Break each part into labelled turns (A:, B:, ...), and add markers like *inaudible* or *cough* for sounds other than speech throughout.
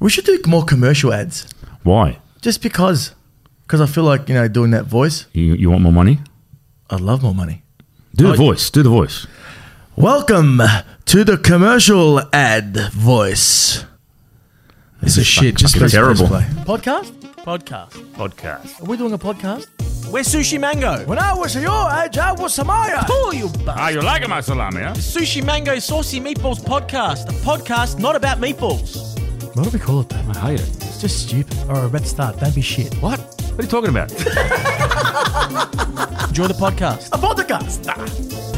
A: We should do more commercial ads,
B: Why?
A: just because. Because I feel like you know doing that voice.
B: You, you want more money?
A: I'd love more money.
B: Do the
A: Oh,
B: voice. Do the voice.
A: Welcome to the commercial ad voice. This is shit. Just
B: fucking
A: press- press
B: terrible.
A: play. Podcast? Podcast.
B: Podcast.
A: Are we doing a podcast?
C: We're Sushi Mango.
A: When I was your age, I was Samaya.
C: Oh, you
B: Ah, you like my salami, huh?
C: Sushi Mango Saucy Meatballs podcast. A podcast not about meatballs.
A: What do we call it though?
B: I hate it.
A: It's just stupid. All right, let's start. Don't be shit.
B: What? What are you talking about?
C: Enjoy the podcast.
A: A podcast.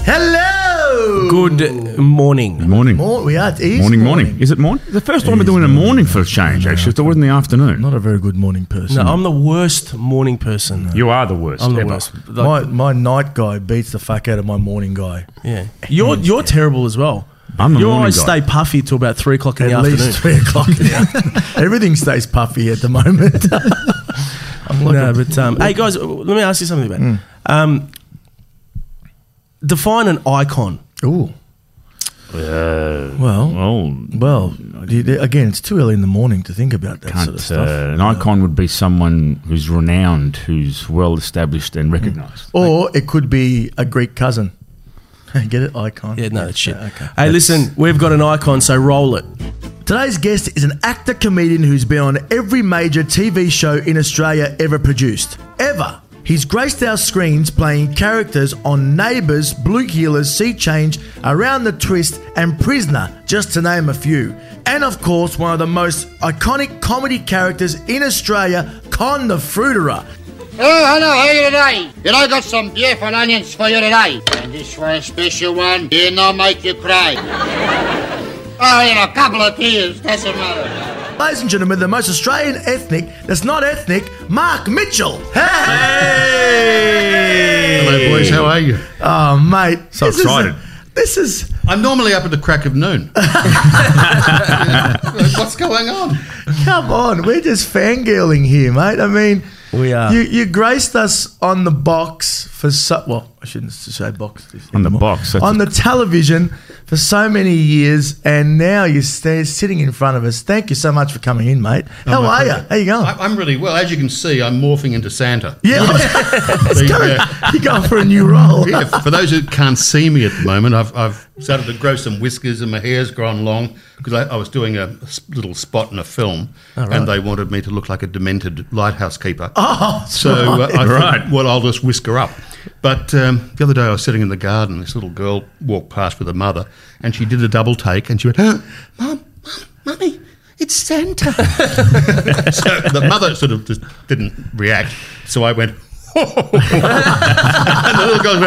A: Hello.
C: Good morning.
B: morning.
A: Mor- we are. It is
B: Morning, morning. Is it morning? The first time we're
A: is
B: doing a morning for a change, actually. It's always in the afternoon.
A: Not a very good morning person.
C: No, I'm the worst morning person.
B: You are the worst.
C: I'm the
B: ever.
C: worst. Like,
A: my my night guy beats the fuck out of my morning guy.
C: yeah. You're you're terrible as well.
B: I'm the
C: you
B: morning
C: always
B: guy.
C: stay puffy till about three o'clock in
A: At
C: the
A: least three
C: afternoon. *laughs*
A: o'clock. now. Everything stays puffy at the moment. *laughs* I'm like
C: no,
A: a-
C: but um, hey guys, let me ask you something about. Um, define an icon.
A: Ooh.
B: Uh,
A: Well,
B: well,
A: well. you- there- Again, it's too early in the morning to think about that
B: can't,
A: sort of
B: uh,
A: stuff.
B: an icon would be someone who's renowned, who's well established and recognised.
A: Or it could be a Greek cousin. *laughs* Get it? Icon.
C: Yeah, no, that's shit.
A: Okay.
C: Hey, listen, we've got an icon, so roll it.
A: Today's guest is an actor comedian who's been on every major TV show in Australia ever produced. Ever! He's graced our screens playing characters on Neighbours, Blue Heelers, Sea Change, Around the Twist, and Prisoner, just to name a few. And of course, one of the most iconic comedy characters in Australia, Con the Fruiterer.
D: Oh, hello, how are you today? You know, I got some beef and onions for you today. And this one special one, dare not make you cry. oh, you know, a couple of tears, doesn't matter.
A: Ladies and gentlemen, the most Australian ethnic that's not ethnic, Mark Mitchell. Hey!
E: Hello, boys. How are you?
A: Oh, mate.
B: So
A: this is-
B: excited.
A: this is.
E: I'm normally up at the crack of *laughs* noon. What's going on?
A: Come on, we're just fangirling here, mate. I mean,
C: We are.
A: You, you graced us on the box for so well. I shouldn't s- say box.
B: On the
A: anymore.
B: box, that's
A: on
B: a-
A: the television for so many years, and now you're sta- sitting in front of us. Thank you so much for coming in, mate.
B: Oh,
A: How
E: my
A: are you?
E: pleasure.
A: How you going?
E: I- I'm really well. As you can see, I'm morphing into Santa.
A: *laughs* yeah,
E: The, uh,
A: you're going for a new
B: *laughs*
A: role.
E: yeah, for those who can't see me at the moment, I've, I've started to grow some whiskers and my hair's grown long because I, I was doing a s- little spot in a film
B: Oh,
E: and they wanted me to look like a demented lighthouse keeper.
A: Oh,
E: So uh, I
B: Right.
E: thought, well, I'll just whisk her up. But um, the other day I was sitting in the garden. This little girl walked past with her mother, and she did a double take, and she went, "Huh, "Mom, mom, mummy, it's Santa." *laughs* so the mother sort of just didn't react. So I went, *laughs* and the little girl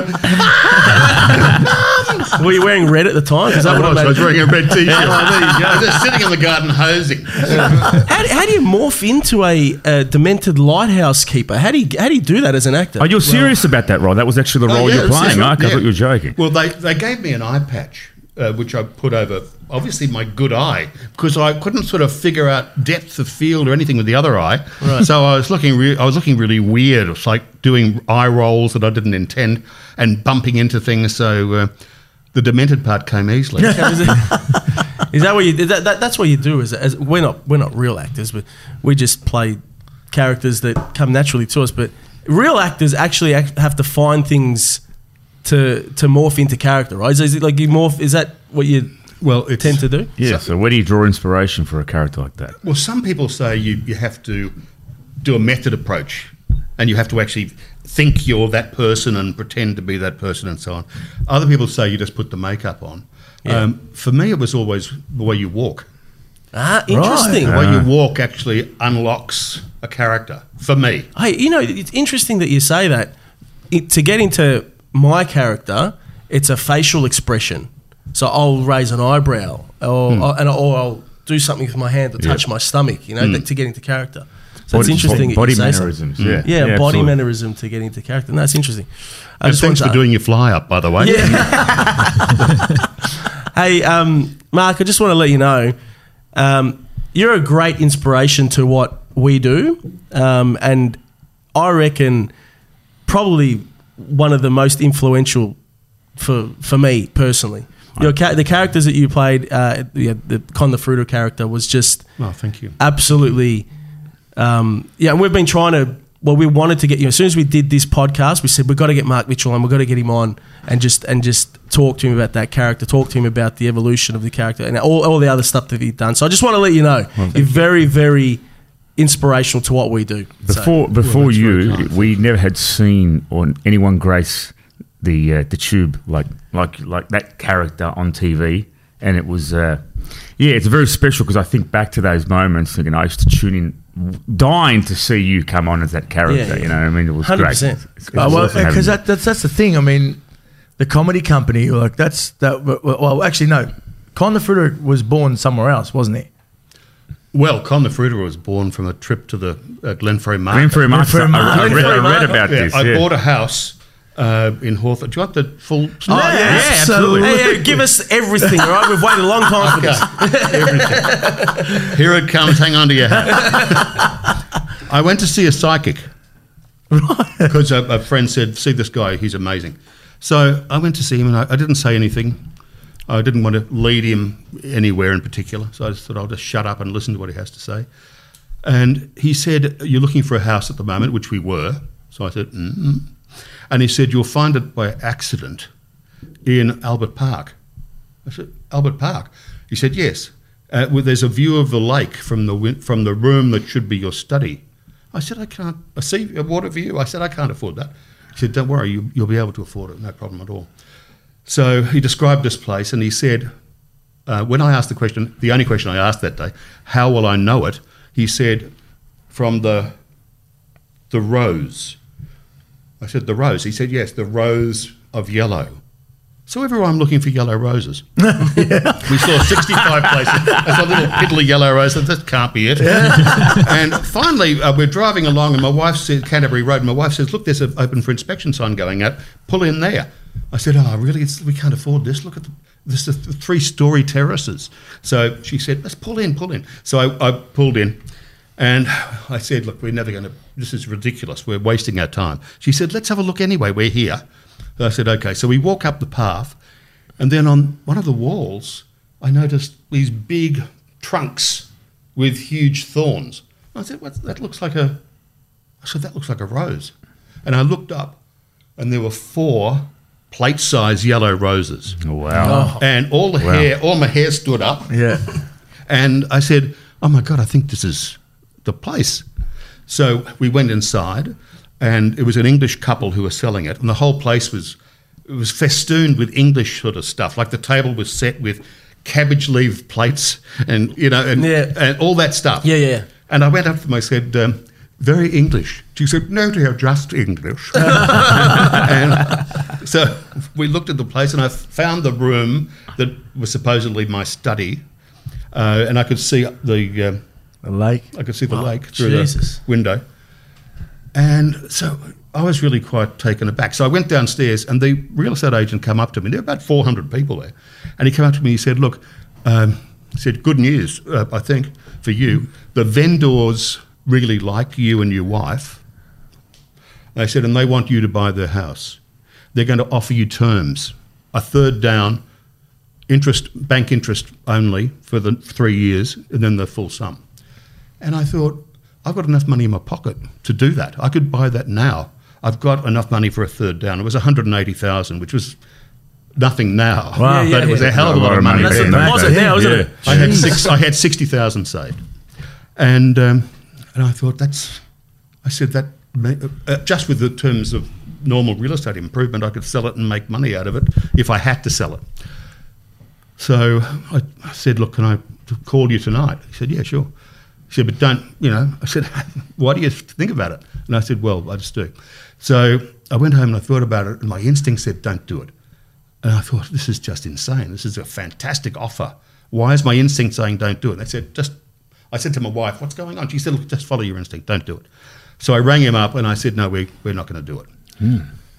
E: went,
C: Were you wearing red at the time? 'Cause that
E: "I
C: would've
E: was, I
C: made-
E: was wearing a red T-shirt." I was just sitting in the garden hosing.
C: How, how do you morph into a, uh demented lighthouse keeper? How do you how do you do that as an actor?
B: Are you serious about that role? That was actually the role
E: Oh, yeah,
B: you're
E: that's
B: playing.
E: it.
B: huh? 'Cause I
E: Yeah.
B: thought you were joking.
E: Well, they, they gave me an eye patch, uh, which I put over, obviously, my good eye, because I couldn't sort of figure out depth of field or anything with the other eye. So I was looking, re- I was looking really weird. It's like doing eye rolls that I didn't intend and bumping into things. So uh, the demented part came
C: *laughs*
E: easily.
C: is, it- *laughs* is that what you that, that, that's what you do? Is as, we're not we're not real actors, but we just play characters that come naturally to us. But real actors actually act, have to find things to to morph into character, right? Is, is it like you morph? Is that what you
E: Well, it's,
C: tend to do?
B: Yeah. So, where do you draw inspiration for a character like that?
E: Well, some people say you, you have to do a method approach and you have to actually think you're that person and pretend to be that person and so on. Other people say you just put the makeup on. Um, for me, it was always the way you walk.
C: Ah, interesting.
E: The way you walk actually unlocks a character for me.
C: Hey, you know, it's interesting that you say that. It, to get into my character, it's a facial expression. So I'll raise an eyebrow, or, I'll, and I'll, or I'll do something with my hand or touch my stomach. You know, that- to get into character. So it's interesting. that you
B: Body
C: say something. Mm.
B: mannerisms. Yeah.
C: Yeah, body
B: absolutely.
C: mannerism to get into character. No, it's interesting. I
E: And
C: just
E: thanks
C: wanted
E: for
C: to-
E: doing your fly up, by the way.
C: Yeah. *laughs* hey, um, Mark, I just want to let you know um, you're a great inspiration to what we do. Um, and I reckon probably one of the most influential for, for me personally. Your ca- the characters that you played, uh, yeah, the Con the Fruiter character was just
E: Oh, thank you.
C: absolutely. Um, yeah, and we've been trying to. Well, we wanted to get you. As soon as we did this podcast, we said we've got to get Mark Mitchell and we've got to get him on and just and just talk to him about that character, talk to him about the evolution of the character and all, all the other stuff that he'd done. So I just want to let you know, you're very very inspirational to what we do. So-
B: Before before
E: that's very
B: you,
E: kind.
B: we never had seen or anyone grace the uh, the tube like like like that character on TV, and it was uh, yeah, it's very special because I think back to those moments. Thinking I used to tune in, dying to see you come on as that character.
C: Yeah, yeah.
B: You know, what I mean, it was
C: 100%.
B: great. It was
A: Uh, well,
B: awesome having
A: because
B: you.
A: that, that's that's the thing. I mean, the comedy company, like that's that. Well, actually, no. Con the Fruiter was born somewhere else, wasn't he?
E: Well, Con the Fruiterer was born from a trip to the uh, Glenferrie Market.
B: Renfrew Marks, I,
A: Renfrew Marks.
B: I, read, I
C: Renfrew
B: read
C: Marks.
B: about
E: Yeah,
B: this.
E: I
B: yeah.
E: bought a house uh, in Hawthorne. Do you want the full?
A: Oh, yeah,
B: yeah, absolutely.
C: Hey, hey, give us everything, all right? We've waited a long time
E: *laughs*
C: for this.
E: Here it comes. Hang on to your hat. I went to see a psychic because a, a friend said, "See this guy. He's amazing." So I went to see him, and I, I didn't say anything. I didn't want to lead him anywhere in particular, so I just thought I'll just shut up and listen to what he has to say. And he said, "You're looking for a house at the moment," which we were. So I said, mm and he said, "You'll find it by accident in Albert Park." I said, "Albert Park." He said, "Yes. Uh, well, there's a view of the lake from the win- from the room that should be your study." I said, "I can't. I see a water view." I said, "I can't afford that." He said, "Don't worry. You, you'll be able to afford it. No problem at all." So he described this place, and he said, uh, when I asked the question, the only question I asked that day, "How will I know it?" He said, "From the the rose." I said, "The rose." He said, "Yes, the rose of yellow." So everywhere I'm looking for yellow roses. We saw 65 places. It's a little piddly yellow rose. I said, That can't be it. and finally, uh, we're driving along, and my wife said, Canterbury Road, and my wife says, Look, there's an open for inspection sign going out. Pull in there. I said, Oh, really? It's, we can't afford this. Look at the, this is the three story terraces. So she said, Let's pull in, pull in. So I, I pulled in. And I said, Look, we're never going to, this is ridiculous. We're wasting our time. She said, Let's have a look anyway. We're here. I said, Okay. So we walk up the path, and then on one of the walls, I noticed these big trunks with huge thorns. I said, What's, That looks like a, I said, That looks like a rose. And I looked up, and there were four plate sized yellow roses.
C: Oh,
B: Wow.
E: And all the hair, all my hair stood up.
A: Yeah.
E: And I said, Oh my God, I think this is the place. So we went inside, and it was an English couple who were selling it. And the whole place was, it was festooned with English sort of stuff. Like the table was set with cabbage leaf plates and, you know, and,
C: Yeah.
E: and all that stuff.
C: Yeah, yeah, yeah.
E: And I went up to them, I said, um, very English. She said, no, dear, just English. *laughs* and so we looked at the place and I found the room that was supposedly my study. Uh, and I could see the, um
A: The lake.
E: I could see the lake through
C: Jesus.
E: the window. And so I was really quite taken aback. So I went downstairs, and the real estate agent came up to me. There were about 400 people there. And he came up to me and he said, Look, um, he said, Good news, uh, I think, for you. The vendors really like you and your wife. They said, and they want you to buy their house. They're going to offer you terms a third down, interest, bank interest only for the three years, and then the full sum. And I thought, I've got enough money in my pocket to do that. I could buy that now. I've got enough money for a third down. It was 180,000, which was nothing now.
C: Wow. Yeah,
E: but
C: yeah,
E: it was
C: yeah.
E: a hell of a
B: A lot
E: lot of
B: of
E: money.
B: money
C: That's
E: back
C: a
B: Yeah,
E: then.
A: Oh,
C: deposit
B: yeah,
C: now, isn't
B: yeah.
C: it?
E: I had six. I had sixty thousand saved, and um, and I thought that's. I said that ma- uh, just with the terms of normal real estate improvement, I could sell it and make money out of it if I had to sell it. So I, I said, "Look, can I t- call you tonight?" He said, "Yeah, sure." He said, "But don't, you know?" I said, *laughs* "Why do you think about it?" And I said, "Well, I just do." So I went home and I thought about it, and my instinct said, "Don't do it." And I thought, "This is just insane. This is a fantastic offer. Why is my instinct saying don't do it?" And I said, "Just." I said to my wife, "What's going on?" She said, "Look, just follow your instinct. Don't do it." So I rang him up and I said, "No, we, we're not going to do it."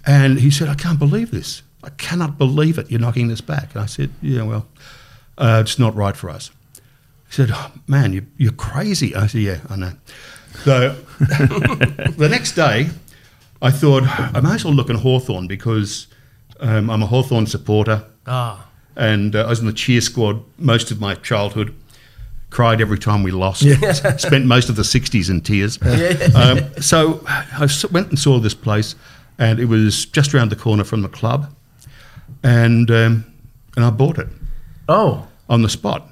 E: And he said, I can't believe this. I cannot believe it. You're knocking this back. And I said, Yeah, well, uh, it's not right for us. He said, oh, Man, you, you're crazy. I said, Yeah, I know. So *laughs* the next day, I thought, I might as well look in Hawthorne because um, I'm a Hawthorne supporter.
C: Ah.
E: and uh, I was in the cheer squad most of my childhood. Cried every time we lost. Spent most of the '60s in tears. Um, so I s- went and saw this place, and it was just around the corner from the club, and um, and I bought it
C: Oh,
E: on the spot.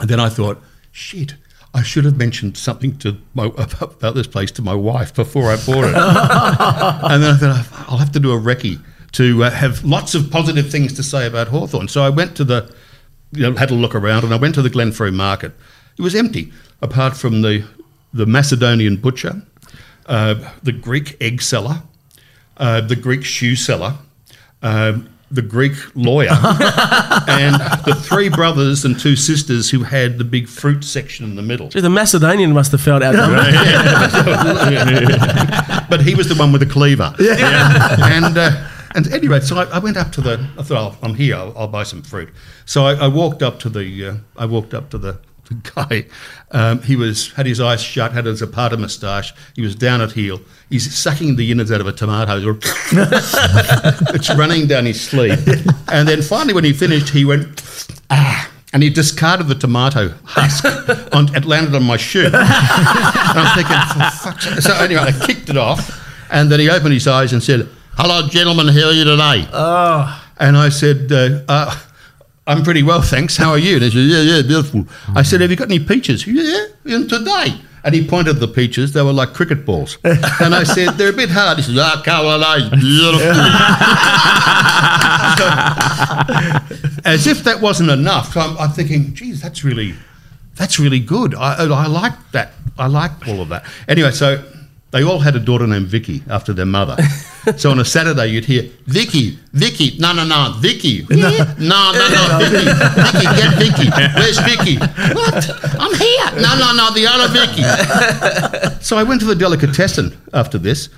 E: And then I thought, shit, I should have mentioned something to my, *laughs* about this place to my wife before I bought it. and then I thought, I'll have to do a recce to uh, have lots of positive things to say about Hawthorne. So I went to the, you know, had a look around and I went to the Glenfrey Market. It was empty, apart from the, the Macedonian butcher, uh, the Greek egg seller, uh, the Greek shoe seller, um, the Greek lawyer, and the three brothers and two sisters who had the big fruit section in the middle.
C: Gee, the Macedonian must have felt *laughs* outdone.
E: *laughs* but he was the one with the cleaver. and uh, and anyway, so I, I went up to the. I thought oh, I'm here. I'll, I'll buy some fruit. So I, I walked up to the. Uh, I walked up to the, the guy. Um, he was had his eyes shut. Had his Zapata moustache. He was down at heel. He's sucking the innards out of a tomato. *laughs* it's running down his sleeve. And then finally, when he finished, he went. Ah. And he discarded the tomato husk on, and landed on my shoe. And I'm thinking, for fuck's sake. So anyway, I kicked it off. And then he opened his eyes and said, Hello, gentlemen, how are you today? And I said, uh, uh, I'm pretty well, thanks. How are you? And he said, Yeah, yeah, beautiful. I said, Have you got any peaches? Yeah, and today. And he pointed the peaches. They were like cricket balls. And I said, They're a bit hard. He said, Ah, come on, eh, beautiful. So, as if that wasn't enough, so I'm, I'm thinking, geez, that's really, that's really good. I, I like that. I like all of that. Anyway, so they all had a daughter named Vicky after their mother. so on a Saturday, you'd hear Vicky, Vicky, no, no, no, Vicky, no, *laughs* no, no, no Vicky, Vicky, get Vicky. Where's Vicky? What? I'm here. No, no, no, the other Vicky. so I went to the delicatessen after this.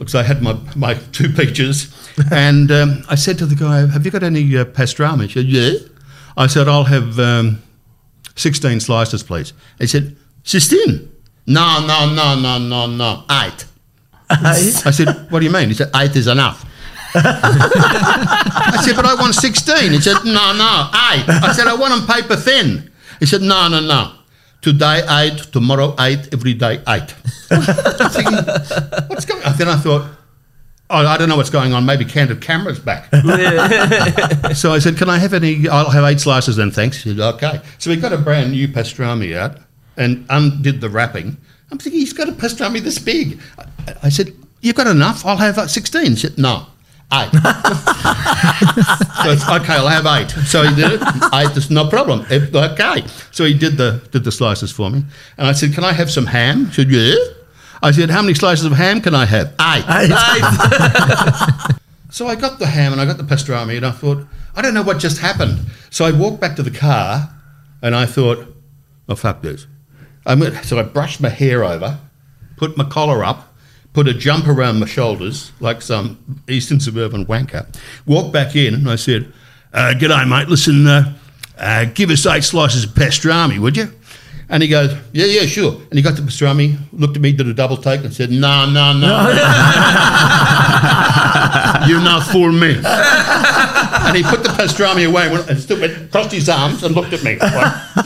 E: Looks, I had my, my two peaches, and um, I said to the guy, "Have you got any uh, pastrami?" He said, "Yeah." I said, "I'll have." Um, 16 slices, please. He said, 16? No, no, no, no, no, no, eight. I said, what do you mean? He said, eight is enough. I said, but I want 16. He said, no, no, eight. I said, I want them paper thin. He said, no, no, no. Today, eight, tomorrow, eight, every day, eight. I'm thinking, what's going on? Then I thought, oh, I don't know what's going on. Maybe candid camera's back. So I said, "Can I have any? I'll have eight slices then, thanks." He said, "Okay." So we got a brand new pastrami out and undid the wrapping. I'm thinking he's got a pastrami this big. I, I said, "You've got enough? I'll have uh, 16." He said, "No." Eight. *laughs* so it's, okay, I'll have eight. So he did it. Eight is no problem. It- Okay. So he did the did the slices for me, and I said, "Can I have some ham?" He said, "Yeah." I said, "How many slices of ham can I have?" Eight. So I got the ham and I got the pastrami and I thought, I don't know what just happened. So I walked back to the car and I thought, oh, fuck this. I'm gonna- so I brushed my hair over, put my collar up, put a jump around my shoulders like some eastern suburban wanker, walked back in and I said, uh, G'day, mate. Listen, uh, uh, give us eight slices of pastrami, would you? And he goes, yeah, yeah, sure. And he got the pastrami, looked at me, did a double take, and said, no, no, no. You're not for me. and he put the pastrami away and, went, and stood, and crossed his arms and looked at me. Like,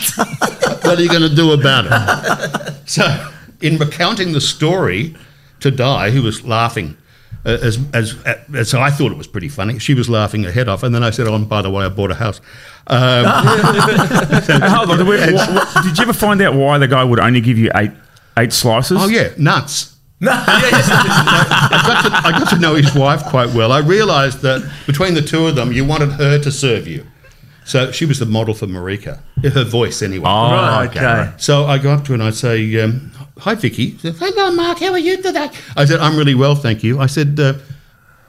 E: what are you going to do about it? So, in recounting the story to Di, who was laughing, uh, as, as, as I thought it was pretty funny, she was laughing her head off. And then I said, Oh, and by the way, I bought a house. Um,
B: Hey, hold on. Wait, what- what- did you ever find out why the guy would only give you eight eight slices?
E: oh, yeah, nuts. I got, to, I got to know his wife quite well. I realised that between the two of them, you wanted her to serve you. So she was the model for Marika, her voice anyway.
B: Oh,
A: Right,
B: okay.
A: okay.
E: So I go up to her and I say, um, "Hi, Vicky." She said, "Hello, Mark. How are you today?" I said, "I'm really well, thank you." I said, uh,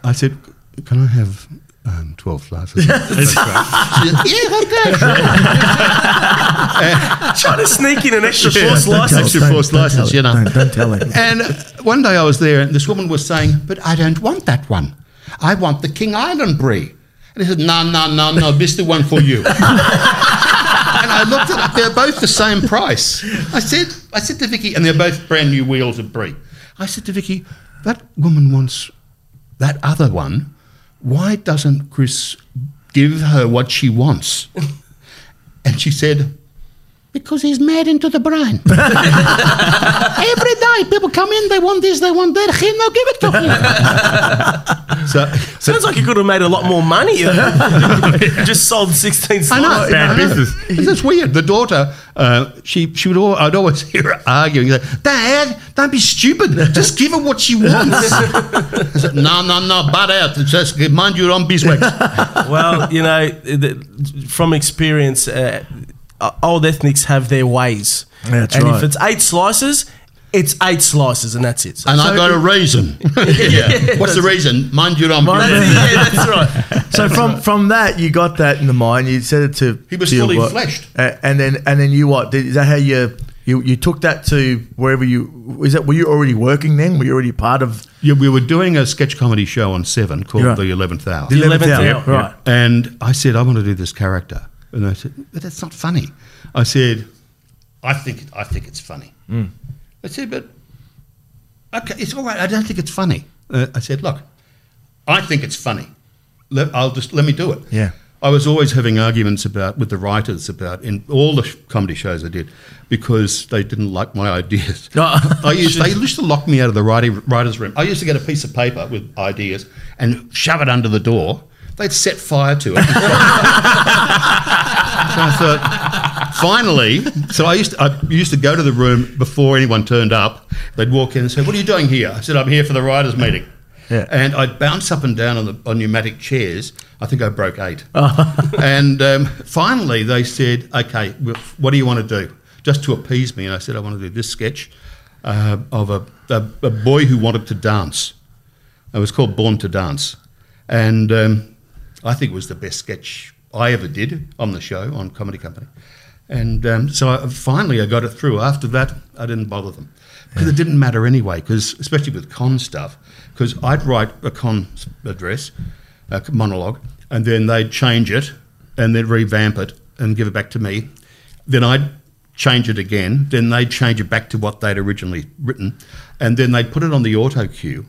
E: "I said, can I have um, twelve slices?" That's right. She said, yeah, okay. sure."
C: Trying to sneak in an extra
E: Yeah.
C: four slices.
E: Extra force license, you know.
A: Don't, don't tell him.
E: And one day I was there, and this woman was saying, "But I don't want that one. I want the King Island brie." And he said, "No, no, no, no. This is the one for you." *laughs* and I looked at it. They're both the same price. I said, "I said to Vicky, and they're both brand new wheels of brie." I said to Vicky, "That woman wants that other one. Why doesn't Chris give her what she wants. and she said, because he's mad into the brine. Every day people come in, they want this, they want that. He'll not give it to him. so
C: Sounds like you could have made a lot more money. You *laughs* just sold 16 slots.
E: I know.
B: bad
E: I know.
B: business.
E: It's just weird. The daughter, uh, she she would. All, I'd always *laughs* hear her arguing. Like, Dad, don't be stupid. Just give her what she wants. I said, no, no, no. Butt out. Just mind your own beeswax.
C: Well, you know, the, from experience, uh, old ethnics have their ways.
A: That's
C: and
A: right.
C: if it's eight slices, it's eight slices, and that's it. So-
E: And I got a reason. yeah. What's the reason? Mind your own *laughs* beeswax.
C: yeah, that's right.
A: *laughs* So from from that, you got that in the mind. You said it to
E: He was
A: to your
E: fully
A: wife.
E: fleshed.
A: A- and then and then you what? Did, is that how you you you took that to wherever you is that? Were you already working then? Were you already part of
E: Yeah, we were doing a sketch comedy show on Seven called
A: Right.
E: The Eleventh Hour.
A: the
C: 11th
A: hour?
C: hour. Yeah.
A: Right.
E: And I said, I want to do this character. And I said, but that's not funny. I said, I think I think it's funny. I said, but okay, it's all right. I don't think it's funny. Uh, I said, look, I think it's funny. Let, I'll just let me do it.
A: Yeah.
E: I was always having arguments about with the writers about in all the sh- comedy shows I did because they didn't like my *laughs* ideas. I used they used to lock me out of the writing, writers' room. I used to get a piece of paper with ideas and shove it under the door. They'd set fire to it. So I thought, finally, so I used to, I used to go to the room before anyone turned up. They'd walk in and say, "What are you doing here?" I said, "I'm here for the writers' meeting."
A: Yeah.
E: And I'd bounce up and down on the on pneumatic chairs. I think I broke eight.
A: Oh.
E: *laughs* and um, finally, they said, "Okay, well, what do you want to do?" Just to appease me, and I said, "I want to do this sketch uh, of a, a a boy who wanted to dance." It was called Born to Dance, and um, I think it was the best sketch I ever did on the show on Comedy Company. And um, so I, finally, I got it through. After that, I didn't bother them because it didn't matter anyway. Because especially with con stuff, because I'd write a con s- address, a c- monologue, and then they'd change it and then revamp it and give it back to me. Then I'd change it again. Then they'd change it back to what they'd originally written. And then they'd put it on the auto cue.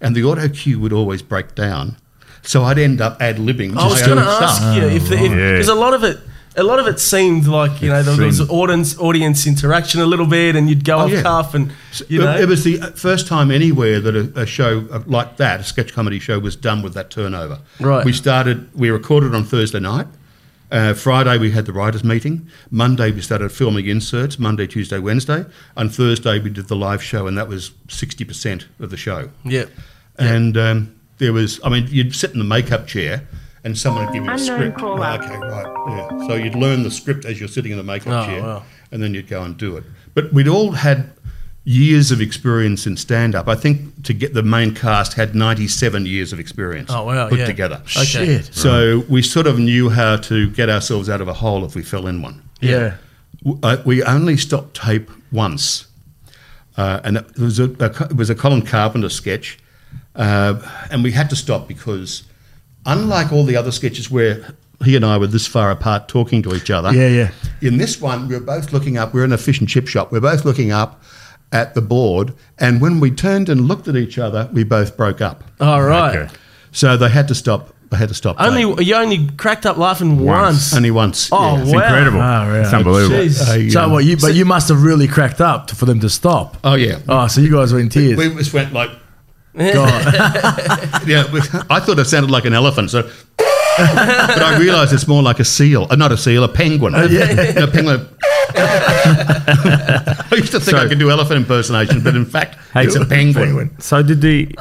E: And the auto cue would always break down. So I'd end up ad libbing.
C: I was going to ask you if
B: Yeah.
C: because a lot of it, a lot of it seemed like you know there was
B: seemed-
C: audience audience interaction a little bit, and you'd go off
E: yeah.
C: cuff and you know
E: It was the first time anywhere that a, a show uh, like that, a sketch comedy show, was done with that turnover.
C: Right.
E: We started, we recorded on Thursday night. Uh, Friday we had the writers' meeting. Monday we started filming inserts. Monday, Tuesday, Wednesday, and Thursday we did the live show, and that was sixty percent of the show.
C: yeah.
E: And um, there was, I mean, you'd sit in the makeup chair and someone would give you a
F: Unknown
E: script.
F: caller.
E: Oh, okay, right. Yeah. So you'd learn the script as you're sitting in the makeup
C: Oh,
E: chair
C: wow.
E: and then you'd go and do it. But we'd all had years of experience in stand up. I think to get the main cast had 97 years of experience
C: Oh, wow,
E: put
C: yeah.
E: together.
C: Okay.
A: Shit.
E: So we sort of knew how to get ourselves out of a hole if we fell in one.
A: Yeah.
E: W- uh, we only stopped tape once, uh, and it was a, a co- it was a Colin Carpenter sketch, uh, and we had to stop because, unlike all the other sketches where he and I were this far apart talking to each other,
A: Yeah, yeah.
E: In this one, we were both looking up. We were in a fish and chip shop. We were both looking up at the board, and when we turned and looked at each other, we both broke up.
A: Oh.
C: All right.
B: Okay.
E: So they had to stop. They had to stop. tape.
C: Only you only cracked up laughing once.
B: Once.
E: only once.
C: Oh,
E: yeah.
B: It's
C: Wow.
B: incredible.
A: Oh, really?
B: It's unbelievable.
C: Jeez.
E: I,
A: So
E: um,
A: what you but you must have really cracked up to, for them to stop.
E: Oh yeah.
A: Oh, so you guys were in tears.
E: We just went like.
A: *laughs* God.
E: Yeah, we- I thought it sounded like an elephant, so. but I realised it's more like a seal, uh, not a seal, a penguin.
C: Oh,
E: a penguin. *laughs* I used to think I
B: So-
E: could do elephant impersonation, but in fact, it's a penguin.
B: So did the *clears throat*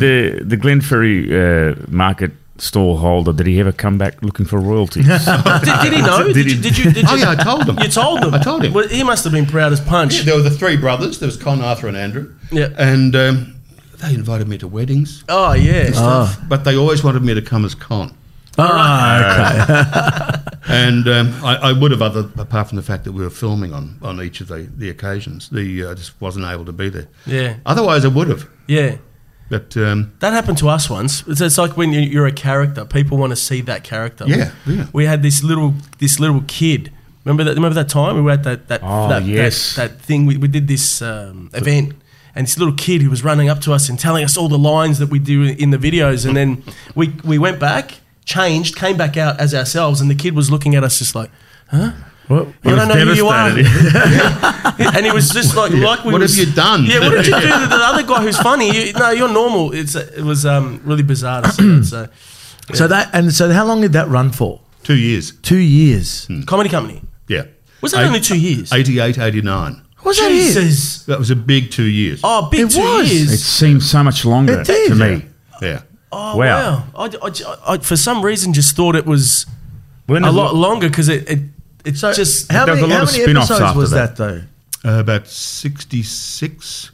B: the the Glenferrie uh, market stall holder? Did he ever come back looking for
A: *laughs*
B: royalties?
C: Did,
E: *laughs*
C: did he know? did, you, did you? Did you?
E: Oh yeah, I told him.
C: You told him.
E: I told him.
C: Well, he must have been proud as punch.
E: There were the three brothers. There was Con, Arthur, and Andrew.
C: Yeah.
E: and um, they invited me to weddings,
C: Oh yeah.
E: Uh, but they always wanted me to come as Con.
A: Ah, okay.
E: And um, I, I would have, other apart from the fact that we were filming on, on each of the, the occasions, the uh, I just wasn't able to be there.
C: Yeah.
E: Otherwise, I would have.
C: Yeah.
E: But um,
C: That happened to us once. It's, it's like when you- you're a character, people want to see that character.
E: Yeah, yeah.
C: We had this little this little kid. Remember that? Remember that time we were at that that
B: Oh,
C: that,
B: yes.
C: that, that thing we, we did this um, event. And this little kid who was running up to us and telling us all the lines that we do in the videos, and then we we went back changed, came back out as ourselves, and the kid was looking at us just like, huh? What?
B: He
C: I
B: was
C: don't know who you are.
B: devastated.
C: *laughs* and he was just like, like we
E: What have
C: was-
E: you done?
C: Yeah, what did you do to the other guy who's funny? You, no, you're normal. It's it was um, really bizarre to see that. So,
A: So that and so how long did that run for?
E: Two years.
A: Two years.
C: comedy company
E: Yeah.
C: was that
E: Eight-
C: only two years?
E: 88, 89.
A: What's that is?
C: Jesus,
E: That was a big two years.
C: oh, big
A: It
C: two
A: was.
B: It
C: years.
B: seems so much longer
A: It did.
B: to me.
E: Yeah.
B: wow.
C: Oh, wow. I, I- I- for some reason, just thought it was
B: When
C: a
B: is
C: lot
B: it-
C: longer because it, it it's just
A: how
B: there was
A: many,
B: a lot
A: how
B: of
A: many
B: spin-offs
A: episodes
B: after
A: was that,
B: that.
A: though?
E: Uh, about 66.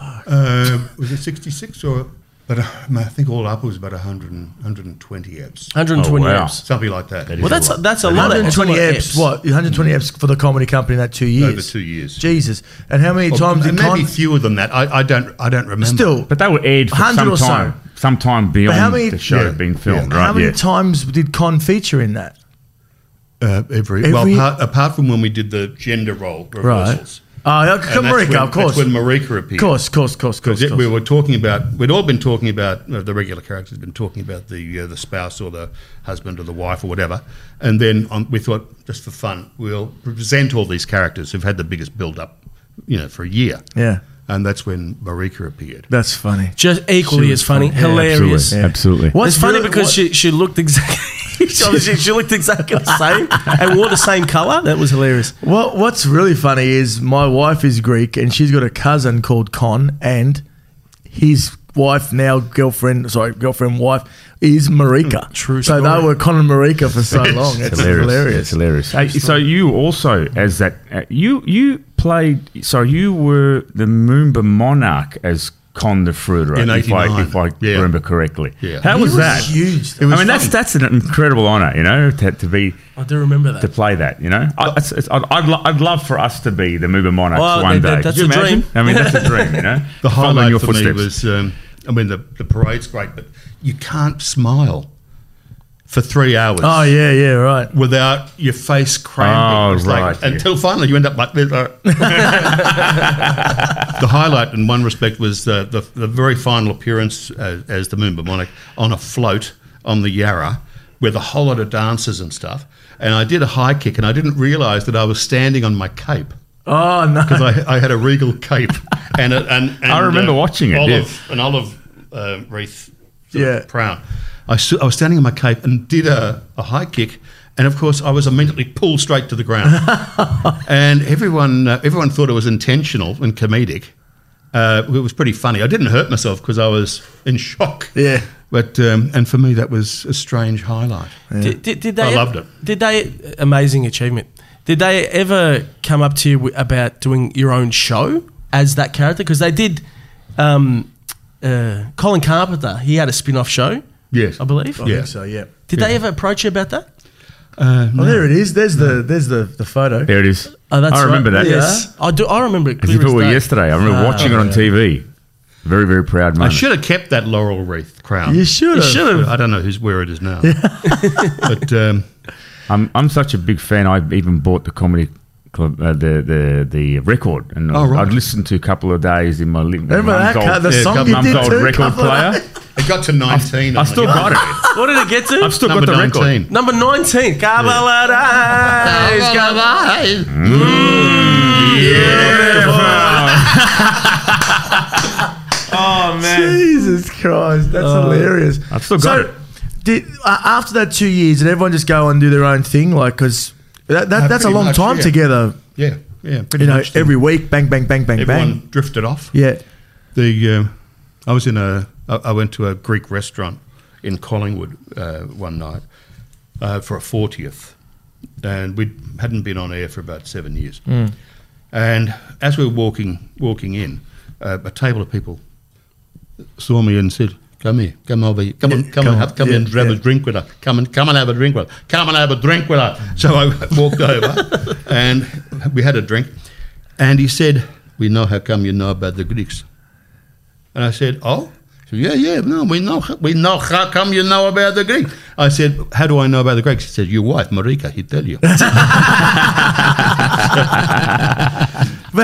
E: Uh, was it 66 or? But uh, I think all up was about 100 and, 120 eps.
C: 120
B: Oh, wow.
C: eps.
E: Something like that.
B: That is
C: Well, that's that's a lot. of- that's a
A: 120
C: lot of
A: eps. What? 120 eps for the comedy company in that two years.
E: Over two years.
A: Jesus. And how many times
E: and
A: did
E: maybe
A: Con?
E: fewer than that. I, I don't. I don't remember.
A: Still,
B: But they were aired for
A: 100
B: some
A: or so.
B: time, some time beyond
A: how many-
B: the show
E: Yeah.
B: being filmed,
E: Yeah.
B: right?
A: how many
B: yeah.
A: times did Con feature in that?
E: uh, every, well,
A: Every-
E: apart, apart from when we did the gender role reversals.
A: Oh, yeah,
E: And that's
A: Marika,
E: when-
A: of course.
E: That's when Marika appeared.
A: Of course, course, course, course.
E: Because it-
A: course.
E: we were talking about, we'd all been talking about uh, the regular characters, been talking about the uh, the spouse or the husband or the wife or whatever, and then um, we thought, just for fun, we'll present all these characters who've had the biggest build up, you know, for a year.
A: yeah.
E: and that's when Marika appeared.
A: That's funny.
C: Just equally as funny, hilarious.
B: Absolutely. Absolutely.
A: What-
C: It's funny
A: really-
C: because
A: what-
C: she, she looked exactly *laughs* she, she looked exactly the
A: *laughs*
C: same and wore the same color. That was hilarious.
A: What What's really funny is my wife is Greek and she's got a cousin called Con, and his wife now girlfriend, sorry, girlfriend wife is Marika.
C: True
A: So
C: story.
A: they were Con and Marika for so long. It's hilarious.
B: It's hilarious. Hey, so you also, as that, uh, you you played. So you were the Moomba Monarch as Con the Fruit, right?
E: In
B: if I,
E: 89.
B: if I
E: Yeah.
B: remember correctly.
E: Yeah.
B: How
A: He
B: was,
A: was
B: that?
A: huge. It
B: I
A: was
B: mean, that's that's an incredible honor, you know, to, to be
C: I do remember
B: to
C: that.
B: play that. You know, I, it's, it's, I'd I'd, lo- I'd love for us to be the Moomba Monarchs
C: Well,
B: one
C: that-
B: day.
C: that-
B: Could
C: that's
B: you
C: a
B: imagine?
C: dream.
B: I mean,
C: *laughs*
B: that's a dream. You know,
E: The
B: Following
E: highlight for me was, um, I mean, the, the parade's great, but you can't smile for three hours.
A: Oh yeah, yeah, right.
E: Without your face cramping,
B: Oh,
E: It's
B: right, yeah.
E: until finally you end up like *laughs* this. uh. the highlight, in one respect, was the, the, the very final appearance as, as the Moomba Monarch on a float on the Yarra, with a whole lot of dancers and stuff. And I did a high kick, and I didn't realise that I was standing on my cape.
A: Oh no.
E: because I, I had a regal cape and a, and,
B: *laughs*
E: and uh,
B: I remember watching it,
E: Olive, an olive uh, wreath, sort of
A: Yeah.
E: crown. I, stu- I was standing on my cape and did a, a high kick, and of course I was immediately pulled straight to
A: *laughs*
E: the ground. and everyone uh, everyone thought it was intentional and comedic. Uh, it was pretty funny. I didn't hurt myself because I was in shock.
A: Yeah.
E: But um, and for me that was a strange highlight.
C: Did, did, did they
E: I loved it.
C: Did they amazing achievement? Did they ever come up to you wi- about doing your own show as that character? Because they did. Um, uh, Colin Carpenter, he had a spin-off show,
E: Yes,
C: I believe.
E: Yeah.
A: So yeah.
C: Did they ever approach you about that?
A: Oh, there it is. There's the there's the the photo.
B: There it is.
C: Oh, that's
B: I remember
C: right.
B: that.
C: Yes, I do. I remember it.
B: As
C: Clear
B: if it
C: as
B: were
C: day.
B: yesterday. I remember
C: Ah.
B: watching it on TV. Very, very proud
E: I
B: moment.
E: should have kept that laurel wreath crown.
A: You should have.
E: *laughs* I don't know who's where it is now. but um,
B: I'm, I'm such a big fan. I even bought the comedy club, uh, the, the the record, and
E: Oh, right.
B: I'd listened to a couple of days in my living
A: Remember that cut, the song you did too,
B: record
A: couple of
B: player.
E: It got to 19.
B: I still got it.
C: What did it get to?
B: I've still
E: Number
B: got the
E: 19.
B: record.
C: Number 19. Cavalarize.
B: Oh man!
A: Jesus Christ, that's hilarious.
B: I've still got
A: so,
B: it.
A: Did, uh, after that two years, did everyone just go and do their own thing? Like, because that, that,
E: Uh,
A: that's a
E: pretty
A: long
E: much,
A: time
E: yeah.
A: together.
E: Yeah, yeah, pretty
A: You know,
E: much.
A: every week, bang, bang, bang, bang,
E: everyone
A: bang.
E: drifted off.
A: Yeah.
E: The um I was in a I I went to a Greek restaurant in Collingwood uh, one night uh, for a fortieth, and we hadn't been on air for about seven years.
A: Hmm.
E: And as we were walking walking in, uh, a table of people saw me and said, "Come here, come over here, come on, come,
A: come
E: and
A: on,
E: have, come
A: yeah,
E: and have
A: yeah.
E: a drink with us, come and come and have a drink with us, come and have a drink with us." So I *laughs* walked over, and we had a drink, and he said, "We know how come you know about the Greeks," and I said, "Oh." He said, yeah, yeah, no, we know, we know. How come you know about the Greeks? I said, how do I know about the Greeks? He said, your wife, Marika, he tell you.
A: But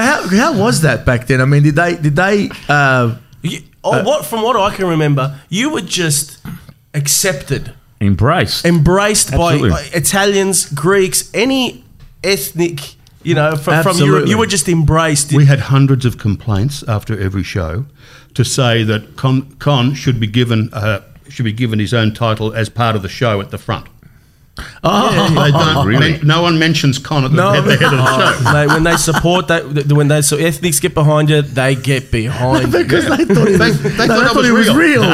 A: how, how was that back then? I mean, did they did they uh,
C: You- oh, what, from what I can remember, you were just accepted
B: embraced.
C: embraced by
B: Absolutely.
C: uh, Italians, Greeks, any ethnic, you know, from, from
A: Absolutely.
C: Europe. You were just embraced.
E: We had hundreds of complaints after every show to say that Con, Con should be given uh, should be given his own title as part of the show at the front. They don't
B: Really?
E: men- no one mentions Con at the,
C: No, *laughs*
E: at the head of the show.
C: mate, when they support that, th- when they so ethnics get behind you, they get behind. you.
A: because they thought it
E: They,
A: was,
E: they
A: they
E: thought, I
A: thought it was real.